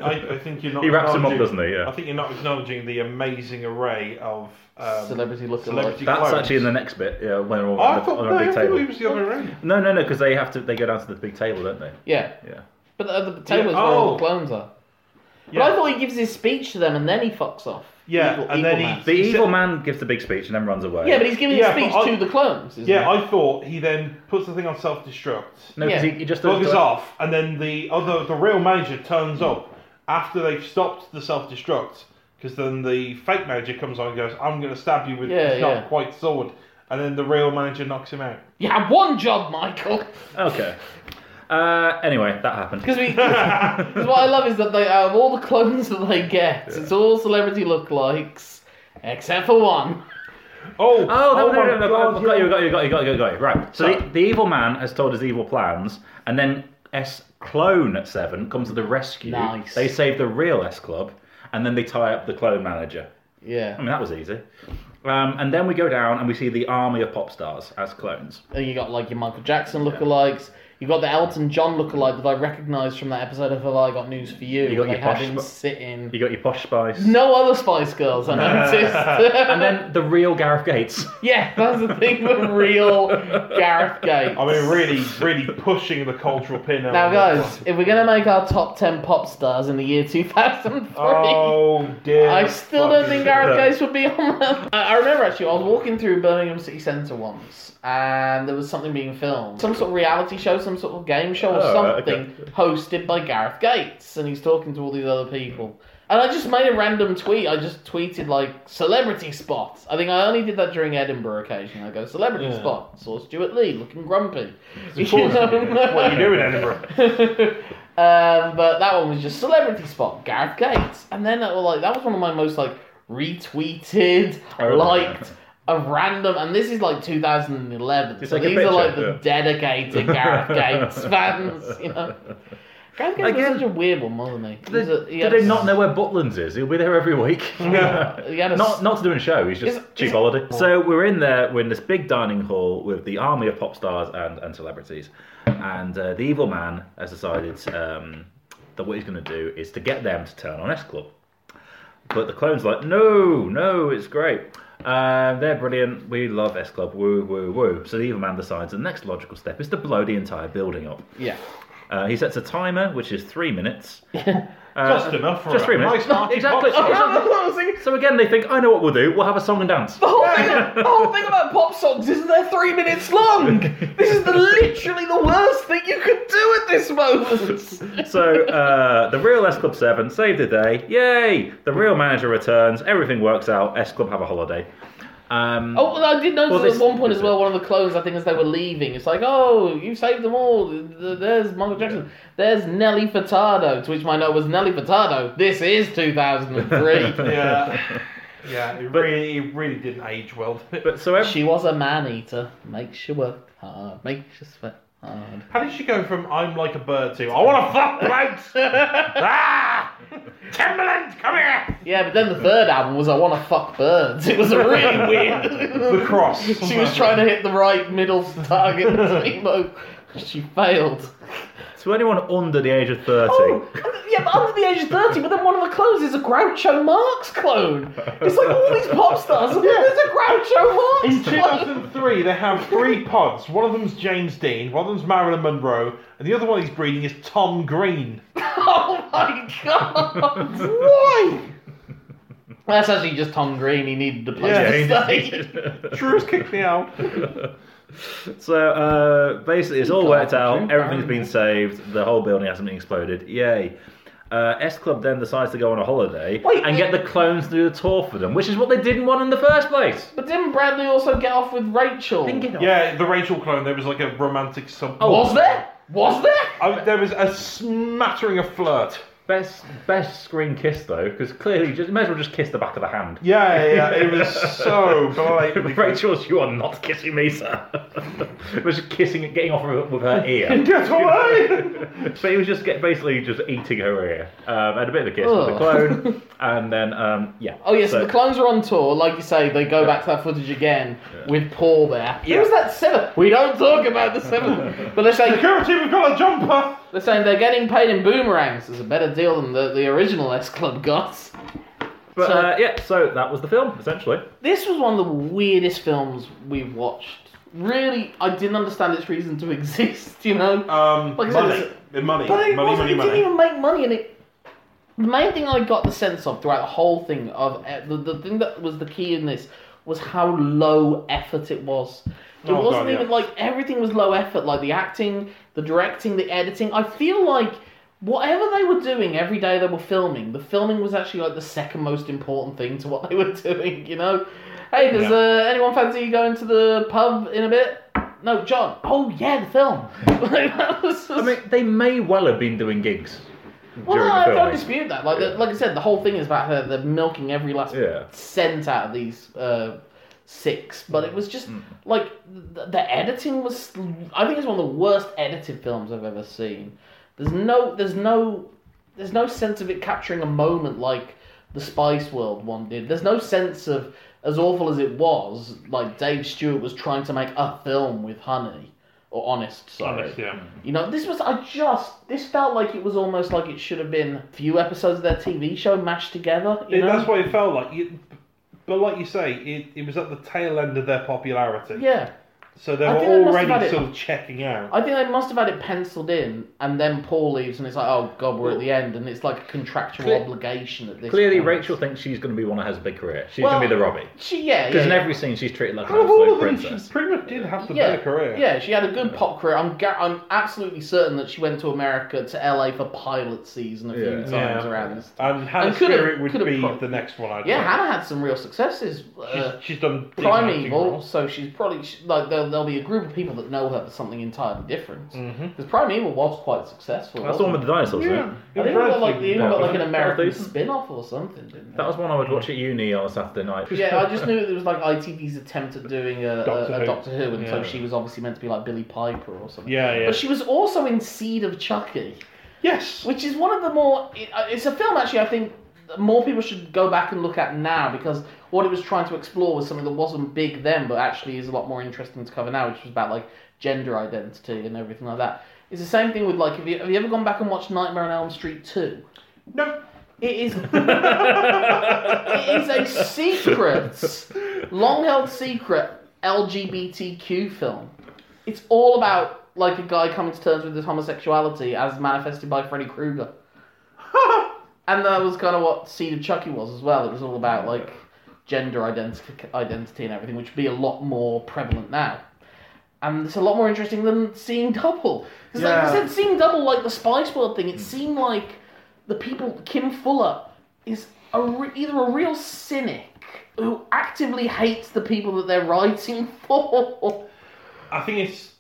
I, I think you're not. He wraps him up, acknowledging- doesn't he? Yeah. I think you're not acknowledging the amazing array of um, Celebrity look-alike. celebrity That's clones. actually in the next bit, yeah, when they're all Oh, I on the, thought, on no, the I big thought table. it was the other way. No, no, no, because they have to, they go down to the big table, don't they? yeah. Yeah. But the, the table is Yeah, where all oh. the clones are. But I Yeah. thought he gives his speech to them and then he fucks off. Yeah, Evil- and evil then he- man. The He evil said- man gives the big speech and then runs away. Yeah, but he's giving Yeah, a speech but I- to the clones. Isn't Yeah, he? I thought he then puts the thing on self-destruct, no, 'cause yeah. he, he just buggers off, and then the other, the real manager turns up after they've stopped the self-destruct. Because then the fake manager comes on and goes, "I'm going to stab you with Yeah, this not yeah. quite sword," and then the real manager knocks him out. you had one job, Michael. Okay. Uh, anyway, that happened. Because we, because what I love is that they, out of all the clones that they get, it's all celebrity lookalikes except for one. Oh, Oh, no, oh no, my no, no, God, got you, yeah. got you, got you, got you, got you. Right. So the, the evil man has told his evil plans, and then S Clone 7 comes to the rescue. Nice. They save the real S Club, and then they tie up the clone manager. I Yeah. mean, that was easy. Um, and then we go down and we see the army of pop stars as clones. And Oh, you got like your Michael Jackson lookalikes. You got the Elton John lookalike that I recognised from that episode of Have I Got News for You. You got where your they had posh him sp- sitting. You got your posh spice. No other Spice Girls, I noticed. and then um, the real Gareth Gates. yeah, that's the thing with real Gareth Gates. I mean, really, really pushing the cultural pin. Now, on that guys, one. if we're gonna make our top ten pop stars in the year 2003, Oh dear. I still don't think Gareth Look, Gates would be on that. I, I remember actually, I was walking through Birmingham City Centre once, and there was something being filmed, some sort of reality show, some sort of game show or Oh, right, something, hosted by Gareth Gates, and he's talking to all these other people. And I just made a random tweet. I just tweeted like celebrity spots. I think I only did that during Edinburgh occasion. I go celebrity Yeah. spot. Saw Stuart Lee looking grumpy. Of course you do. What are you doing, Edinburgh? um, but that one was just celebrity spot, Gareth Gates, and then that was like that was one of my most like retweeted, Oh, liked, a random, and this is like 2011. Just So take a these are like picture, the dedicated Gareth Gates fans, you know. Gareth Gates Again, was such a weird one, wasn't he? He Do was a- he do had they s- not know where Butlands is? He'll be there every week. He had a Not s- not to do a show. He's just Is- cheap is- holiday. So we're in there. We're in this big dining hall with the army of pop stars and, and celebrities, and uh, the evil man has decided um, that what he's going to do is to get them to turn on S Club. But the clone's like, no, no, it's great. Uh, they're brilliant. We love S Club. Woo, woo, woo. So the evil man decides the next logical step is to blow the entire building up. Yeah. Uh, he sets a timer, which is three minutes. Uh, Just enough for Just a three minutes. nice party exactly. pop song. That's what I was thinking. So again, they think, I know what we'll do. We'll have a song and dance. The whole, thing, the whole thing about pop songs is they're three minutes long. This is the, literally the worst thing you could do at this moment. So uh, the real S Club Seven saved the day. Yay! The real manager returns. Everything works out. S Club have a holiday. Um, Oh, well, I did notice Well, this- at one point as well, one of the clones, I think, as they were leaving, it's like, oh, you saved them all. Th- th- There's Michael Jackson. There's Nelly Furtado, to which my note was Nelly Furtado. This is 2003. Yeah. Yeah, it really, it really didn't age well. did it? But so every, she was a man eater. Makes you work hard. Makes you sweat hard. How did she go from "I'm like a bird" to "I want to fuck boats"? ah, Timberland, come here. Yeah, but then the third album was I Wanna Fuck Birds. It was really weird. The cross. she was trying to hit the right middle target between both. She failed. to anyone under the age of thirty, Oh, and- yeah, but under the age of 30, but then one of the clones is a Groucho Marx clone. It's like all these pop stars, and then there's a In Groucho Marx clone. 2003, they have three pods. One of them's James Dean, one of them's Marilyn Monroe, and the other one he's breeding is Tom Green. Oh my god, why? That's actually just Tom Green, he needed a place Yeah, to he stay. Drew's kicked me out. so uh, basically it's all God, worked Drew out. Everything's Barrymore. been saved. The whole building hasn't been exploded. Yay! Uh, S Club then decides to go on a holiday Wait, and it- get the clones to do the tour for them, which is what they didn't want in the first place. But didn't Bradley also get off with Rachel? Yeah, the Rachel clone. There was like a romantic sub. Oh, Was there? Was there? I, there was a smattering of flirt. Best best screen kiss though, because clearly you just, you may as well just kiss the back of the hand. Yeah, yeah, it was so blatantly. Rachel, you are not kissing me, sir. it was just kissing, getting off of, with her ear. Get away! but he was just get, basically just eating her ear. Um, and a bit of a kiss with Ugh. the clone, and then um, yeah. Oh yes, So- the clones are on tour. Like you say, they go back to that footage again with Paul there. It was that seventh. We don't talk about the seventh, but they're saying Security, we've got a jumper. They're saying they're getting paid in boomerangs. It's a better deal than the, the original S Club got. But so- uh, yeah, so that was the film essentially. This was one of the weirdest films we've watched. Really, I didn't understand its reason to exist, you know? Um, Like I said, money, money, it's- But money, it, wasn't, money, it didn't money. even make money, and it. The main thing I got the sense of throughout the whole thing of eh, the, the thing that was the key in this was how low effort it was. It Oh, God, wasn't even yeah. like everything was low effort, like the acting, the directing, the editing. I feel like whatever they were doing every day they were filming, the filming was actually like the second most important thing to what they were doing. You know, hey, does Yeah. uh, anyone fancy going to the pub in a bit? No, John. Oh yeah, the film. Like, that was I just- mean, they may well have been doing gigs. well, during no, the I don't filming. dispute that. Like, the- Yeah. like I said, the whole thing is about her. They're milking every last Yeah. cent out of these uh, six, but it was just Mm-hmm. like the, the editing was. I think it's one of the worst edited films I've ever seen. There's no, there's no, there's no sense of it capturing a moment like the Spice World one did. There's no sense of as awful as it was. Like Dave Stewart was trying to make a film with Honey or Honest, sorry. Honest, yeah. You know, this was I just this felt like it was almost like it should have been a few episodes of their TV show mashed together. You It- know? That's what it felt like. You, but like you say, it, it was at the tail end of their popularity. Yeah, So they I were think they must have had already it- sort of checking out. I think they must have had it penciled in, and then Paul leaves, and it's like, oh god, we're at the end, and it's like a contractual Cle- obligation at this. Clearly, point. Rachel thinks she's going to be one that has a big career. She's Well, going to be the Robbie. She yeah, Because yeah, in yeah. every scene, she's treated like an Out of all absolute of them, she princess. pretty much did have the yeah, better career. yeah, she had a good pop career. I'm ga- I'm absolutely certain that she went to America to LA for pilot season a few Yeah. times Yeah. around this. And Hannah And could've- Spirit would could've be pro- the next one. I'd Yeah, say. Hannah had some real successes. Uh, She's, she's done decent acting Primeval, roles. so she's probably she, like there'll, there'll be a group of people that know her for something entirely different. Because Primeval was quite successful. Mm-hmm. That's the one with the dinosaurs, isn't Yeah. it? I think they got like, they even got like an Yeah. American Decent. spin-off or something, didn't they? That was one I would watch at uni on a Saturday night. yeah, I just knew it was like ITV's attempt at doing a Doctor, Doctor a, Who. Doctor Who, and so Yeah. she was obviously meant to be like Billy Piper or something. Yeah, yeah. But she was also in Seed of Chucky, Yes. which is one of the more. it- uh, It's a film actually. I think that more people should go back and look at now because what it was trying to explore was something that wasn't big then, but actually is a lot more interesting to cover now, which was about like gender identity and everything like that. It's the same thing with like. Have you, have you ever gone back and watched Nightmare on Elm Street two? No. It is. it is a secret, long-held secret LGBTQ film. It's all about like a guy coming to terms with his homosexuality as manifested by Freddy Krueger. and that was kind of what Seed of Chucky was as well. It was all about like gender identity, identity and everything, which would be a lot more prevalent now. And it's a lot more interesting than seeing double. Because like I Yeah. said, seeing double, like the Spice World thing, it seemed like the people, Kim Fuller, is a re- either a real cynic who actively hates the people that they're writing for, I think it's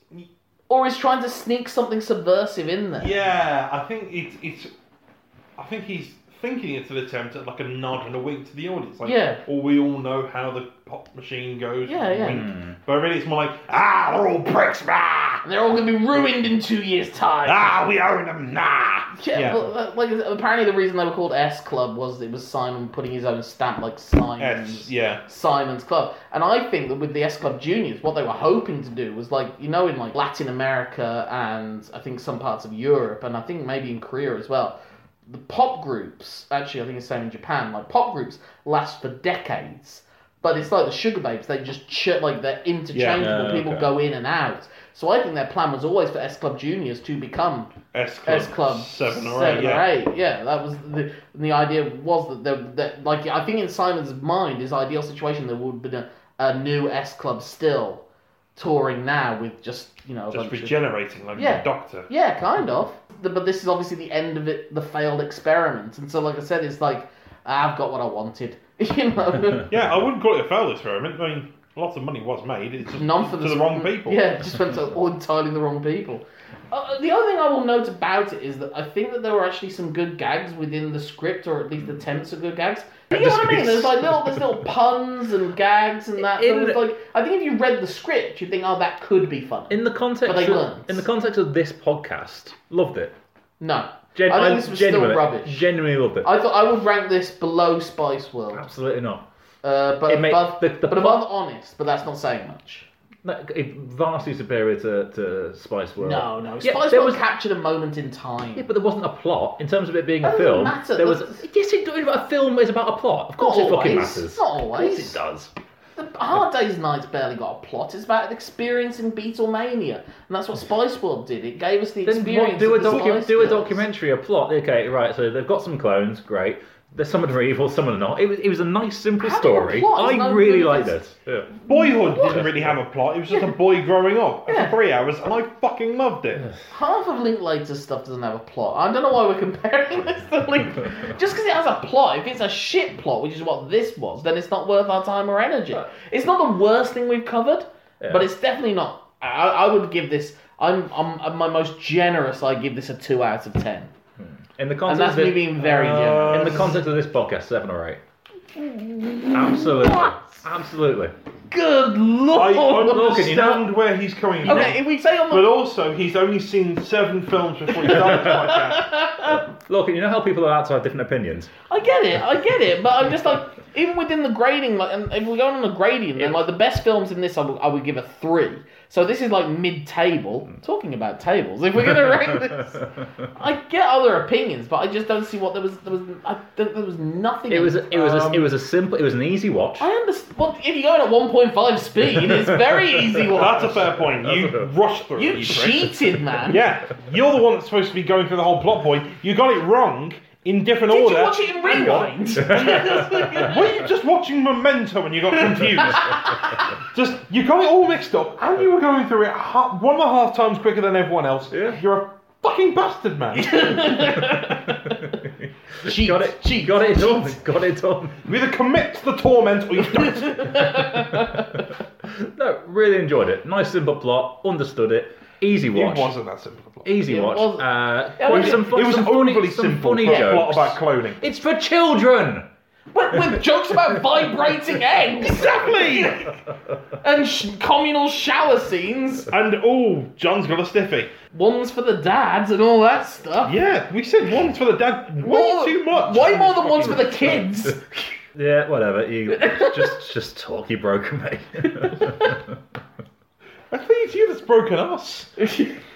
or is trying to sneak something subversive in there. yeah. I think it's it's. I think he's thinking it's an attempt at like a nod and a wink to the audience. Like, Yeah. Or we all know how the pop machine goes. Yeah, yeah. wink. But really, it's more like ah, they're all pricks. Nah. And they're all going to be ruined in two years' time. Ah, we own them. Nah. Yeah, well, uh, like apparently the reason they were called S Club was it was Simon putting his own stamp, like Yes, Simon's, yeah. Simon's Club. And I think that with the S Club Juniors, what they were hoping to do was like you know in like Latin America and I think some parts of Europe and I think maybe in Korea as well, the pop groups actually I think it's the same in Japan. Like pop groups last for decades, but it's like the Sugar Babes. They just ch- like they're interchangeable. Yeah, yeah, People okay. go in and out. So I think their plan was always for S Club Juniors to become S Club. S Club Seven or eight. seven Yeah. eight. Yeah, that was the the idea was that there that like I think in Simon's mind, his ideal situation there would have been a, a new S Club still touring now with just you know a Just bunch of- regenerating like Yeah. a doctor. yeah, kind of. The, but this is obviously the end of it, the failed experiment. And so, like I said, it's like "Ah, I've got what I wanted. You know, Yeah, I wouldn't call it a failed experiment. I mean, lots of money was made. It's just none for to the wrong people. Yeah, just went to all entirely the wrong people. Uh, the other thing I will note about it is that I think that there were actually some good gags within the script, or at least attempts at good gags. You know what I mean? There's like little, there's little puns and gags and that. There In- was like, I think if you read the script, you'd think, oh, that could be funny. In the context, But they of, weren't. in the context of this podcast, loved it. no, Gen- I think this was still genuinely, rubbish. Genuinely loved it. I thought I would rank this below Spice World, Absolutely not. uh, but It made- above, the- the but above Honest. But that's not saying much. No, It vastly superior to, to Spice World. No, no. Yeah, Spice there World was- captured a moment in time. Yeah, but there wasn't a plot in terms of it being That a doesn't film. matter, There was that's- yes, it, a film is about a plot. Of course, Not it fucking always, matters. not Of course, always. it does. The Hard Day's Night's barely got a plot. It's about experiencing Beatlemania, and that's what Spice World did. It gave us the Then what, experience. do a of the docu- Spice do a Girls. documentary, a plot. Okay, right. So they've got some clones. Great. There's some of them are evil, some of them are not. It was, it was a nice, simple Having a story. plot is I no really good like against- this. Yeah. Boyhood didn't really have a plot. It was just a boy growing up Yeah. for three hours, and I fucking loved it. Half of Linklater's stuff doesn't have a plot. I don't know why we're comparing this to Link. Just because it has a plot, if it's a shit plot, which is what this was, then it's not worth our time or energy. It's not the worst thing we've covered, but it's definitely not. I, I would give this. I'm, I'm at my most generous. I give this a two out of ten, In the and context, that's of, me being very uh, generous. in the context of this podcast, seven or eight. Absolutely, absolutely. Good I lord! can you not- understand where he's coming from. Oh, Okay, if we say on the But also, he's only seen seven films before he started the podcast. Look, you know how people are allowed to have different opinions. I get it, I get it, but I'm just like, even within the grading, like, and if we're going on the grading, then like the best films in this, I would, I would give a three. So this is like mid-table. Hmm. Talking about tables, if we're gonna rank this, I get other opinions, but I just don't see what there was. There was, I, there, there was nothing. It was in- a, it was a, it was a simple it was an easy watch. I understand. Well, if you go at 1.5 speed, it's very easy. Watch. That's a fair point. You That's a- rushed through it, You prick. cheated, man. Yeah, you're the one that's supposed to be going through the whole plot point. You got it wrong in different Did order. you watch it in rewind? Were you just watching Memento when you got confused? just you got it all mixed up, and you were going through it ha- one and a half times quicker than everyone else. Yeah. You're a fucking bastard, man. cheat, got it, cheat, got it done, got it done. you either commit to the torment or you don't. No, really enjoyed it. Nice simple plot, understood it, easy it watch, wasn't that simple. a plot. easy It watch. was- Uh, Yeah, quite it- some, fun- It was some overly funny, some simple funny for a plot jokes. about cloning. It's for children. with, with jokes about vibrating eggs. Exactly. and sh- communal shower scenes. And oh, John's got a stiffy. Ones for the dads and all that stuff. Yeah, we said one's for the dad. Way More- too much. Way more than ones for the kids. Yeah, whatever. You just just talk. You broke me. I think it's you that's broken us.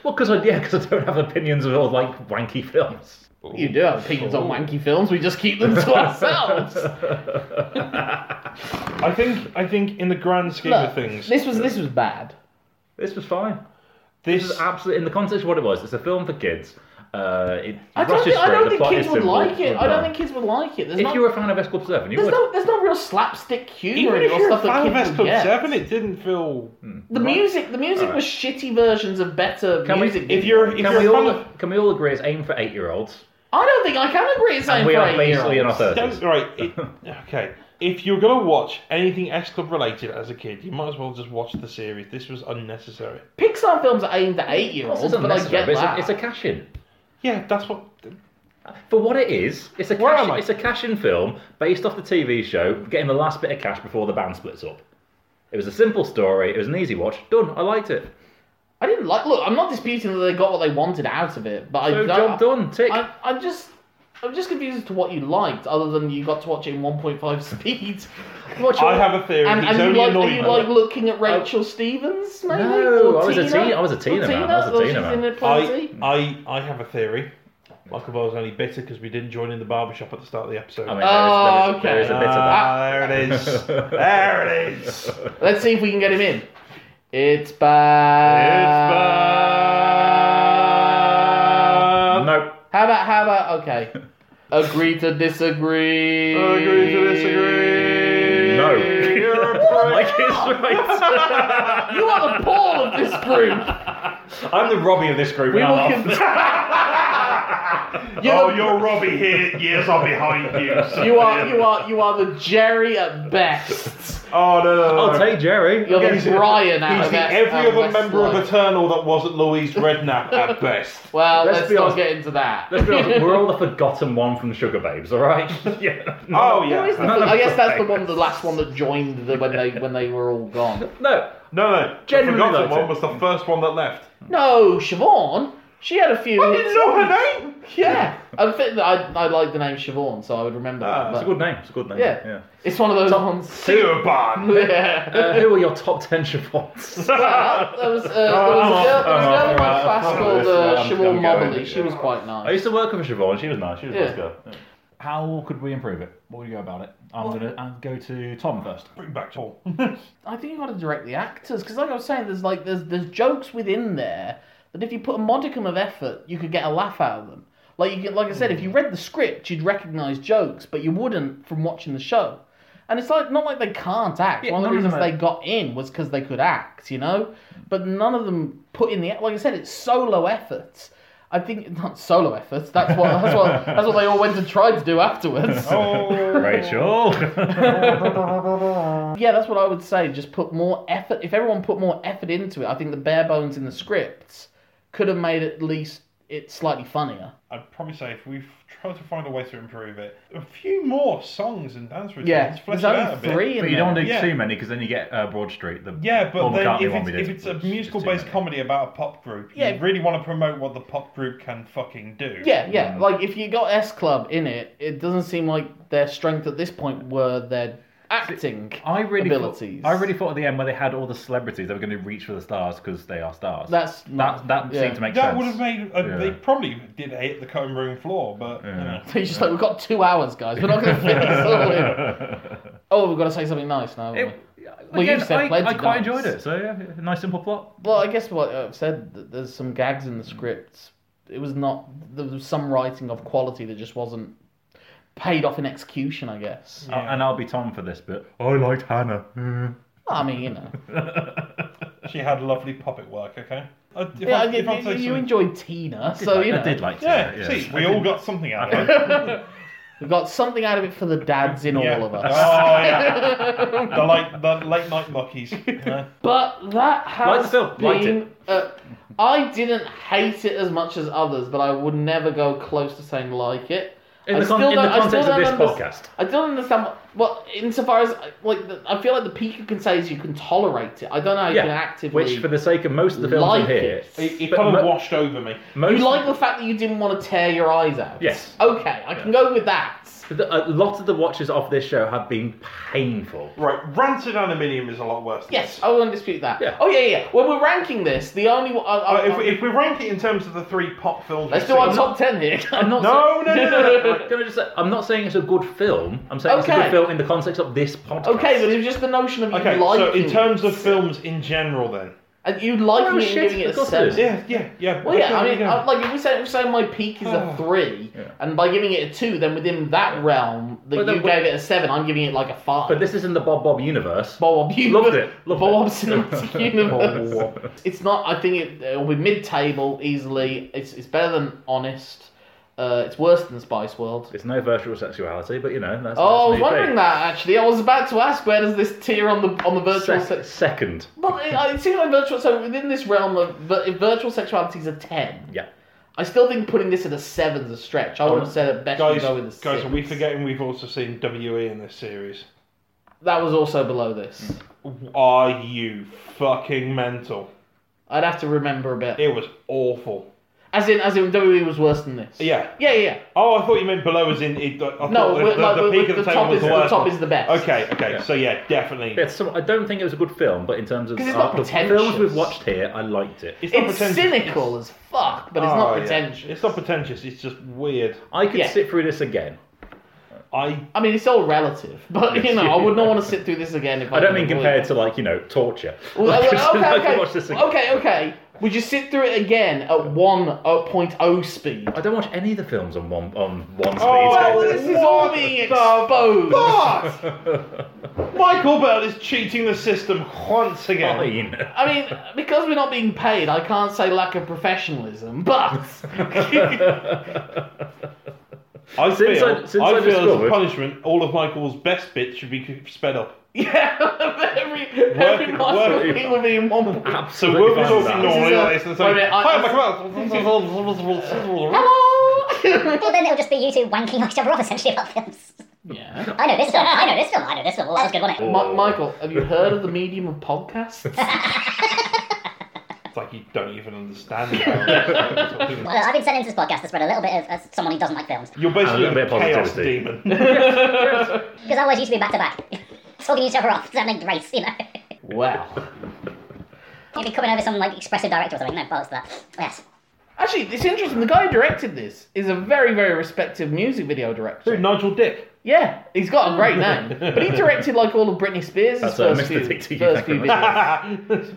well, because I yeah, because I don't have opinions of all like wanky films. you do have opinions on wanky films. We just keep them to ourselves. I think. I think in the grand scheme Look, of things, this was this was bad. This was fine. This this is absolutely in the context of what it was. It's a film for kids. Uh, it I don't rushes think, I through, don't the think plot kids is would simple, like it. well I don't done. think kids would like it. There's If not, you were a fan of S Club Seven, you there's would. no there's no real slapstick humor even in it if or you're a stuff that fan of kids S would Club get. Mm. Seven, it didn't feel. The music, the music was shitty versions of better Can we- music. If you're if can you're we a fan all of can we all agree it's aimed for eight year olds? I don't think I can agree. It's And saying we for are eight basically in our year-olds. thirties. don't, right, it, okay. If you're gonna watch anything X Club related as a kid, you might as well just watch the series. This was unnecessary. Pixar films are aimed at eight year This olds, isn't but I necessary, get but it's, that. a, it's a cash in. Yeah, that's what. For what it is, it's a Where cash, am I? it's a cash in film based off the TV show, getting the last bit of cash before the band splits up. It was a simple story. It was an easy watch. Done. I liked it. I didn't like. Look, I'm not disputing that they got what they wanted out of it, but I So job don't- done. Tick. I, I'm just. I'm just confused as to what you liked, other than you got to watch it in 1.5 speed. What you- I have a theory. And, He's and only you like, are annoying you me. like looking at Rachel Stevens, maybe? Oh. No, or I was a Tina? teen- I was a Or teener, man. I was a Though teener, she's man. in I, her plenty. I I have a theory. Michael Bell's only bitter because we didn't join in the barbershop at the start of the episode. I mean, Oh, there, is, there, is, there is a okay. bit of that. Ah, there it is. there it is. Let's see if we can get him in. It's bad. It's bad. Nope. How about how about okay? Agree to disagree. Agree to disagree. No. You're a prick. Mike is right. You are the Paul of this group. I'm the Robbie of this group. We and will I'm off. you're oh, the- you're Robbie here. Yes, I'm behind you. son you of are a- you are you are the Jerry at best. Oh no, no, no, I'll no. take Jerry. You're the He's- Brian out He's of the that- every out other member of Westlife. Eternal that wasn't Louise Redknapp at best. Well, Let's let's, be not honest. get into that. Let's be honest, we're all the forgotten one from Sugar Babes, all right? yeah. Oh yeah. Who is the- None of I guess that's the mine. one, the last one that joined the, when they when they were all gone. No. No, no. Genuinely the forgotten liked one it. was the first one that left. No, Siobhan. She had a few. I hits. didn't know her name. Yeah, I think that I, I like the name Siobhan, so I would remember Ah, that. It's a But good name. It's a good name. yeah. it's one of those ones. Siobhan. Yeah. Uh, who are your top 10 Chiffons? Well, there was, uh, there Oh, was I'm a off, I'm girl, there was a girl in off, my I'm class off. called I'm- uh, I'm Siobhan going, Mobley. yeah. She was quite I nice. used to work with a Siobhan. She was nice. She was a nice Yeah. girl. Yeah. How could we improve it? What would you go about it? I'm gonna I'll go to Tom first. Bring back Paul. I think you got to direct the actors because, like I was saying, there's like there's there's jokes within there that if you put a modicum of effort, you could get a laugh out of them. Like you, could- like I said, if you read the script, you'd recognise jokes, but you wouldn't from watching the show. And it's like not like they can't act. Yeah, One of the none of reasons them they are- got in was because they could act, you know. But none of them put in the like I said, it's solo efforts. I think not solo efforts. That's what that's what that's what they all went and tried to do afterwards. Rachel. Yeah, that's what I would say. Just put more effort. If everyone put more effort into it, I think the bare bones in the scripts could have made at least it's slightly funnier. I'd probably say if we try to find a way to improve it, a few more songs and dance routines. flesh there's it out a only bit. three in But you don't there. want to do Yeah. too many because then you get uh, Broad Street. The Yeah, but Paul then McCartney if one we it's, if did, it's a which is musical too based many. comedy about a pop group, Yeah. you really want to promote what the pop group can fucking do. Yeah, yeah. Mm. Like if you got S Club in it, it doesn't seem like their strength at this point were their acting I really, thought, abilities. I really thought at the end where they had all the celebrities, they were going to reach for the stars because they are stars. That's that. not- That yeah. seemed to make That sense. would have made. Uh, They Yeah. probably did hit the cutting room floor, but you know. So you're just like, we've got two hours, guys. We're not going to fit this all in. Oh, we've got to say something nice now. haven't we? Well, you've again, said I, plenty I quite nice. enjoyed it. So yeah, a nice simple plot. Well, I guess what I've said, th- there's some gags in the Mm. script. It was not, there was some writing of quality that just wasn't paid off in execution, I guess. I- and I'll be Tom for this, but I liked Hannah. I mean, you know. she had lovely puppet work. Okay. Uh, if Yeah, I, you, if I say you, you something- enjoyed Tina, so, I, you know. I did like Yeah, Sarah, see, I we did. all got something out of it. We got something out of it for the dads in Yeah. all of Oh, us. yeah. the, late, the late night muckies. Yeah. But that Like the has film, liked been. it. Uh, I didn't hate it as much as others, but I would never go close to saying like it. In I the con- in don't- the I context still of don't this underst- podcast. I don't understand. What, well, insofar as like, the, I feel like the peak you can say is you can tolerate it. I don't know how you can actively. which for the sake of most of the films like in here, it. It- It but kind mo- of washed over me. most, you like the fact that you didn't want to tear your eyes out. Yes. Okay, I can go with that. the- a lot of the watches of this show have been painful. Right, rancid aluminium is a lot worse. Than Yes, this. I won't dispute that. Yeah. Oh yeah, yeah. When we're ranking this, the only one. I, I, Uh, if, we, if we rank it in terms of the three pop films, Oh, uh, let's we've do our seen- top ten here. I'm not. No, no, no, no, no. saying- Right, can I just say, I'm not saying it's a good film. I'm saying it's a Okay. good film in the context of this podcast. Okay, but it was just the notion of you Okay, liking so in it. terms of films in general, then. and you liking Oh, it shit, and giving it of a course it seven. is. Yeah, yeah, yeah. Well, yeah, I Okay, mean, yeah. I, like if we say, if we say my peak is Oh. a three, and by giving it a two, then within that realm that But then you we- gave it a seven, I'm giving it like a five. But this isn't the Bob Bob universe. Bob, you Loved it, loved Bob it. Cinematic Universe. It's not. I think it, it'll be mid-table easily. It's it's better than Honest. Uh, it's worse than Spice World. It's E no virtual sexuality, but you know that's. Oh, I that's was me wondering thing. that actually. I was about to ask where does this tier on the on the virtual Sec- se- second. Well, it, it seems like virtual. So within this realm of vi- if virtual sexuality is a ten, Yeah. I still think putting this at a seven is a stretch. I would have said at best we guys, go with a guys, six. are we forgetting we've also seen WE in this series? That was also below this. Are you fucking mental? I'd have to remember a bit. It was awful. As in, as in, WWE was worse than this. Yeah. yeah, yeah. yeah. Oh, I thought you meant below as in. It, I thought No, the, we're- the, like, the we're- peak we're- of the, the table top was is- the the worst. top one. is the best. Okay, okay. So yeah, definitely. Yeah, so I don't think it was a good film, but in terms of 'Cause it's not the pretentious. films we've watched here, I liked it. It's, It's pretentious. cynical as fuck, but it's Oh, not yeah. pretentious. It's not pretentious. It's just weird. I could Yeah. sit through this again. I I mean, it's all relative, but you know, I would not want to sit through this again if I. I don't could mean avoid compared it. to like you know torture. Well, Like, well, I could okay, watch this okay, again. okay, okay. Would you sit through it again at one uh, point oh speed? I don't watch any of the films on one on one speed. Oh, Well, this is all What being the exposed. What? Michael Bell is cheating the system once again. Fine. I mean, because we're not being paid, I can't say lack of professionalism, but I Since feel, I- since I feel I as a discovered- punishment, all of Michael's best bits should be sped up. yeah, every every Work- nice work- thing will be in one. So Absolutely we'll be fine with talking that. normally This is a- like this. wait a minute, I- I- Hello? Hello. Well, then it'll just be you two wanking each other off essentially about films. Uh, yeah. I know this film. I know this film. I know this film. Well, that was good, wasn't it? Mi- Michael, have you heard of the medium of podcasts? It's like you don't even understand. how we're talking. Well, I've been sent into this podcast to spread a little bit of as someone who doesn't like films, You're basically And a a, bit of chaos positivity. demon. because otherwise you should be back to back, talking each other off, having a race, you know. wow. You'd be coming over some like expressive director or something. No, bollocks to that. Yes. Actually, it's interesting. The guy who directed this is a very, very respected music video director. Who, Nigel Dick. Yeah, he's got a great name. But he directed like all of Britney Spears' That's, uh, first, Mr. few, Dickie, first thank few you very videos.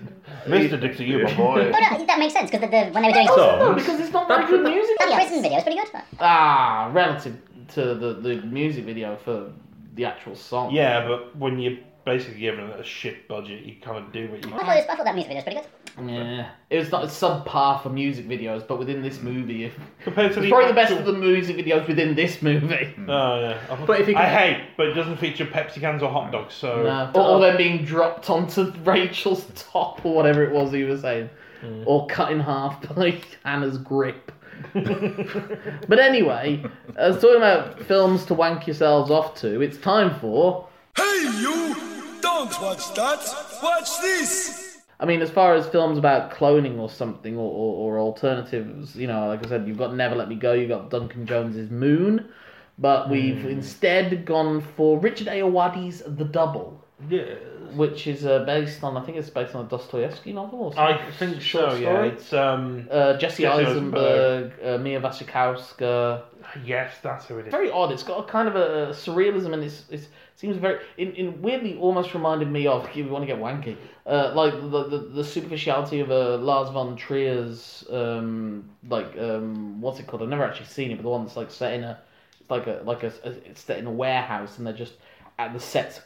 Mr. Dixie, you my boy. Oh no, that makes sense because the, the, when they were doing So- No, because it's not very good music. that prison video was pretty good. Ah, relative to the, the music video for the actual song. Yeah, but when you're basically given a shit budget, you kind of do what Oh you I thought, this, I thought that music video was pretty good. Yeah. It was not it's subpar for music videos, but within this movie, if- Compared to it's the probably the best of actual- the music videos within this movie. Oh, yeah. But if you I can- hate, but it doesn't feature Pepsi cans or hot dogs, so. No. Or, or them being dropped onto Rachel's top or whatever it was he was saying. Or cut in half by Hannah's grip. But anyway, I was talking about films to wank yourselves off to. It's time for. Hey, you! Don't watch that! Watch this! I mean, as far as films about cloning or something, or, or, or alternatives, you know, like I said, you've got Never Let Me Go, you've got Duncan Jones's Moon, but we've instead gone for Richard Ayoade's The Double, Yeah. which is uh, based on, I think it's based on a Dostoevsky novel or something. I think so, yeah. story? It's, um, Uh, Jesse Jesse Eisenberg, uh, Mia Wasikowska. yes, that's who it is. Very odd. It's got a kind of a surrealism, and it's, it's seems very in, in weirdly almost reminded me of. If you want to get wanky, uh, like the, the the superficiality of uh, Lars von Trier's um, like um, what's it called? I've never actually seen it, but the one that's like set in a it's like a like a, it's set in a warehouse, and they're just at the sets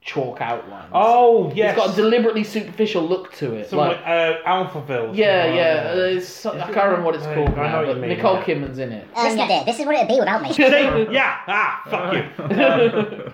chalk outlines. Oh, yes. it's got a deliberately superficial look to it. Some like, like, uh, Alphaville. yeah, something yeah. like uh, that. It's, so- I can't remember what it's I- called I know now, what you but mean, Nicole yeah. Kimman's in it. Listen up there. This is what it'd be without me. See? yeah. Ah, fuck you.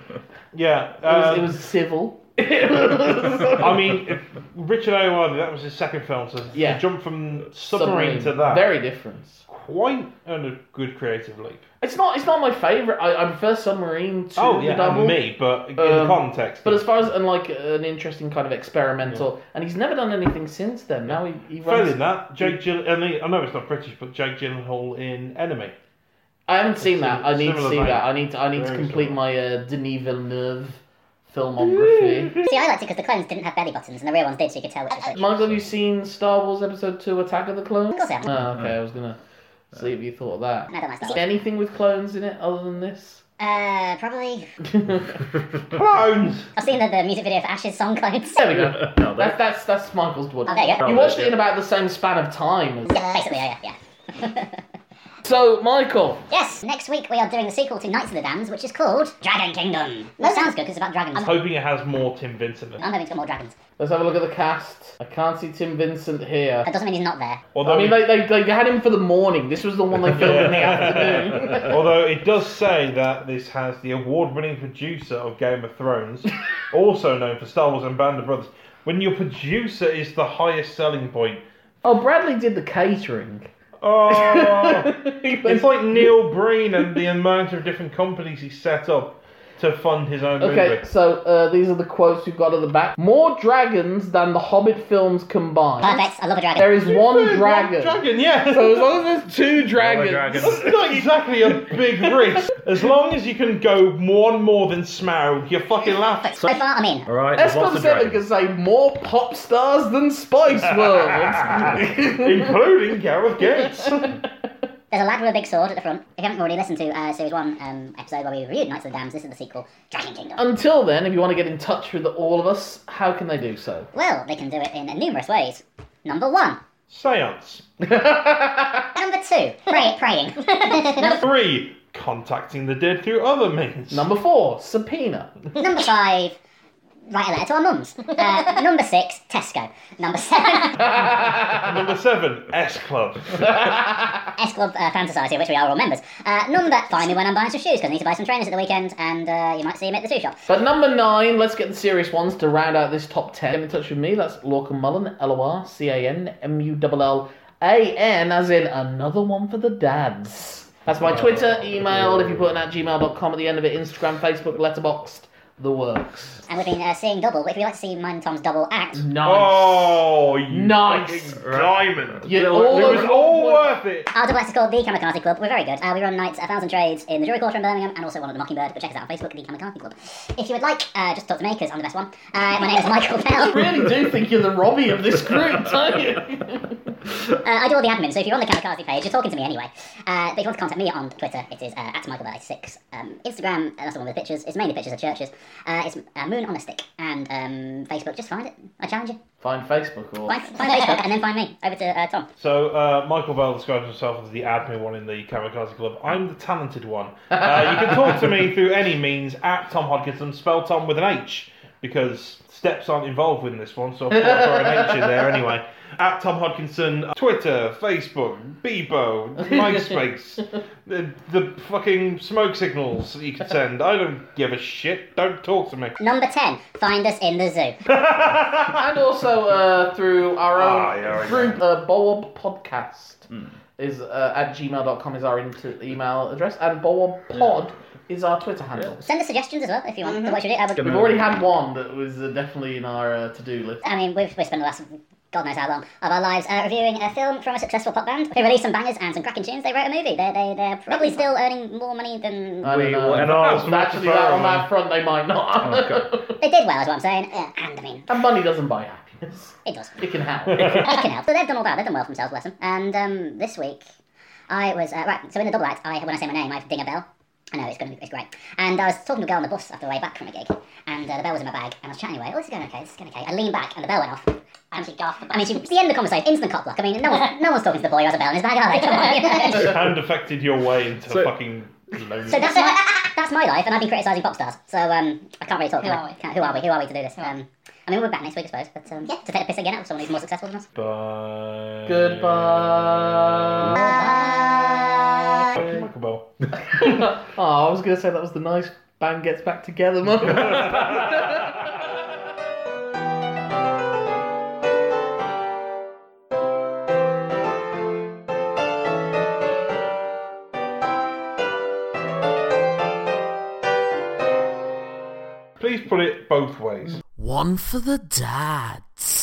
Yeah. Um, it, was, it was civil. I mean, if Richard Ayoade, that was his second film, so Yeah. to jump from submarine, to that. Very different. Quite a good creative leap. It's not. It's not my favorite. I, I prefer submarine to Oh, the yeah, double. and me, but in Um, context. But as far as and like an interesting kind of experimental, and he's never done anything since then. Now he, he runs. Failing that, Jake Gill. I, mean, I know it's not British, but Jake Gyllenhaal in Enemy. I haven't seen that. I need to Similar see vein. that. I need. To, I need to Very complete similar. my uh, Denis Villeneuve filmography. See, I liked it because the clones didn't have belly buttons and the real ones did, so you could tell which was which. Michael, have you seen Star Wars Episode Two: Attack of the Clones? Of course I haven't. Oh, okay. I was gonna see if you thought of that. I don't like Star Wars. Anything with clones in it other than this? Uh, probably. Clones! I've seen the, the music video for Ash's song clones. There we go. No, That, that, that's that's Michael's one. Oh, there you go. You watched it in about the same span of time. As... Yeah, basically, yeah, yeah. yeah. So, Michael, yes, next week we are doing the sequel to Knights of the Dams, which is called Dragon Kingdom. That sounds good because it's about dragons. I'm, Hoping it has more Tim Vincent. in it. I'm hoping it's got more dragons. let's have a look at the cast. I can't see Tim Vincent here. That doesn't mean he's not there. Although, I mean, it, they, they, they had him for the morning. This was the one they filmed in the afternoon. although it does say that this has the award winning producer of Game of Thrones, also known for Star Wars and Band of Brothers. When your producer is the highest selling point. oh, Bradley did the catering. Oh! He It's went- like Neil Breen and the amount of different companies he set up to fund his own Okay, movie. so uh, these are the quotes we've got at the back. More dragons than the Hobbit films combined. Perfect, I love a dragon. There is one dragon. Dragon, yeah. So as long as there's two dragons, dragons. That's not exactly a big risk. As long as you can go one more than Smaug, you're fucking laughing. So far, I'm in. All right, there's lots Escom of Seven can dragons. say more pop stars than Spice World. Including Gareth Gates. There's a lad with a big sword at the front. If you haven't already listened to uh, Series 1 um, episode where we reviewed Knights of the Dams, this is the sequel, Dragon Kingdom. Until then, if you want to get in touch with all of us, how can they do so? Well, they can do it in numerous ways. Number one. Seance. Number two, pray, praying. number, Three. Contacting the dead through other means. Number four, subpoena. number five, write a letter to our mums. Uh, number six, Tesco. Number seven, Number seven. S Club. S Club uh, Fan Society, of which we are all members. Uh, number, find me when I'm buying some shoes, because I need to buy some trainers at the weekend, and uh, you might see me at the shoe shop. But number nine, let's get the serious ones to round out this top ten. Get in touch with me. That's Lorcan Mullen, L O R C A N M U L L A N, as in another one for the dads. That's my Twitter, email, if you put in at gmail.com at the end of it, Instagram, Facebook, letterboxed, the works. And we've been uh, seeing double, but if you'd like to see mine and Tom's double act, Nice. Oh, you Nice. fucking diamond. You- It all It of- was all worth it. Our double act is called The Kamikaze Club. We're very good. Uh, we run nights, a thousand trades in the Drury Quarter in Birmingham, and also one of the Mockingbird. But check us out on Facebook, The Kamikaze Club. If you would like, uh, just talk to me because I'm the best one. Uh, my name is Michael Bell. I really do think you're the Robbie of this group, don't you? Uh, I do all the admin, so if you're on the Kamikaze page, you're talking to me anyway. Uh, but if you want to contact me on Twitter, it is uh, at MichaelBell86. Um, Instagram, uh, that's the one with the pictures. It's mainly pictures of churches. Uh, it's uh, Moon on a Stick. And um, Facebook, just find it. I challenge you. Find Facebook or Find, find Facebook and then find me. Over to uh, Tom. So uh, Michael Vale describes himself as the admin one in the Kamikaze Club. I'm the talented one. Uh, you can talk to me through any means at Tom Hodkinson, spell Tom with an H, because steps aren't involved in this one, so I've got to throw an H in there anyway. At Tom Hodkinson, Twitter, Facebook, Bebo, MySpace, the, the fucking smoke signals that you can send. I don't give a shit. Don't talk to me. Number 10, find us in the zoo. and also uh, through our own Ah, yeah, I through uh, Bob podcast. is uh, at gmail.com is our inter- email address, and Bob Pod is our Twitter handle. Send us suggestions as well if you want. What should we do? Uh, We've already had one that was uh, definitely in our uh, to-do list. I mean, we've, we've spent the last God knows how long of our lives uh, reviewing a film from a successful pop band who released some bangers and some cracking tunes. They wrote a movie. They're, they, they're probably still earning more money than. I don't We know. will- and ours Actually, will that, on prefer- that front, they might not. They did well, is what I'm saying. Yeah, and I mean, and money doesn't buy happiness. it does. It can help. it can help. So they've done all that. They've done well for themselves, bless them. And um, this week, I was uh, right. So in the double act, I when I say my name, I ding a bell. I know it's going to be it's great. And I was talking to a girl on the bus after the way back from a gig, and uh, the bell was in my bag, and I was chatting away. Oh, this is going okay. This is going okay. I leaned back, and the bell went off. And she gasped. I mean, she, it's the end of the conversation. Instant cock block. I mean, no one's, no one's talking to the boy who has a bell in his bag, are they? Come on. you know? and affected your way into So- fucking loneliness. so that's my, that's my life, and I've been criticising pop stars. So um, I can't really talk. Who are we? Who are we? Who are we to do this? Um, I mean, we'll be back next week, I suppose. But um, yeah, to take a piss again out of someone who's more successful than us. Bye. Goodbye. Fucking Michael Bell. oh, I was going to say that was the nice band gets back together moment. Please put it both ways. One for the dads.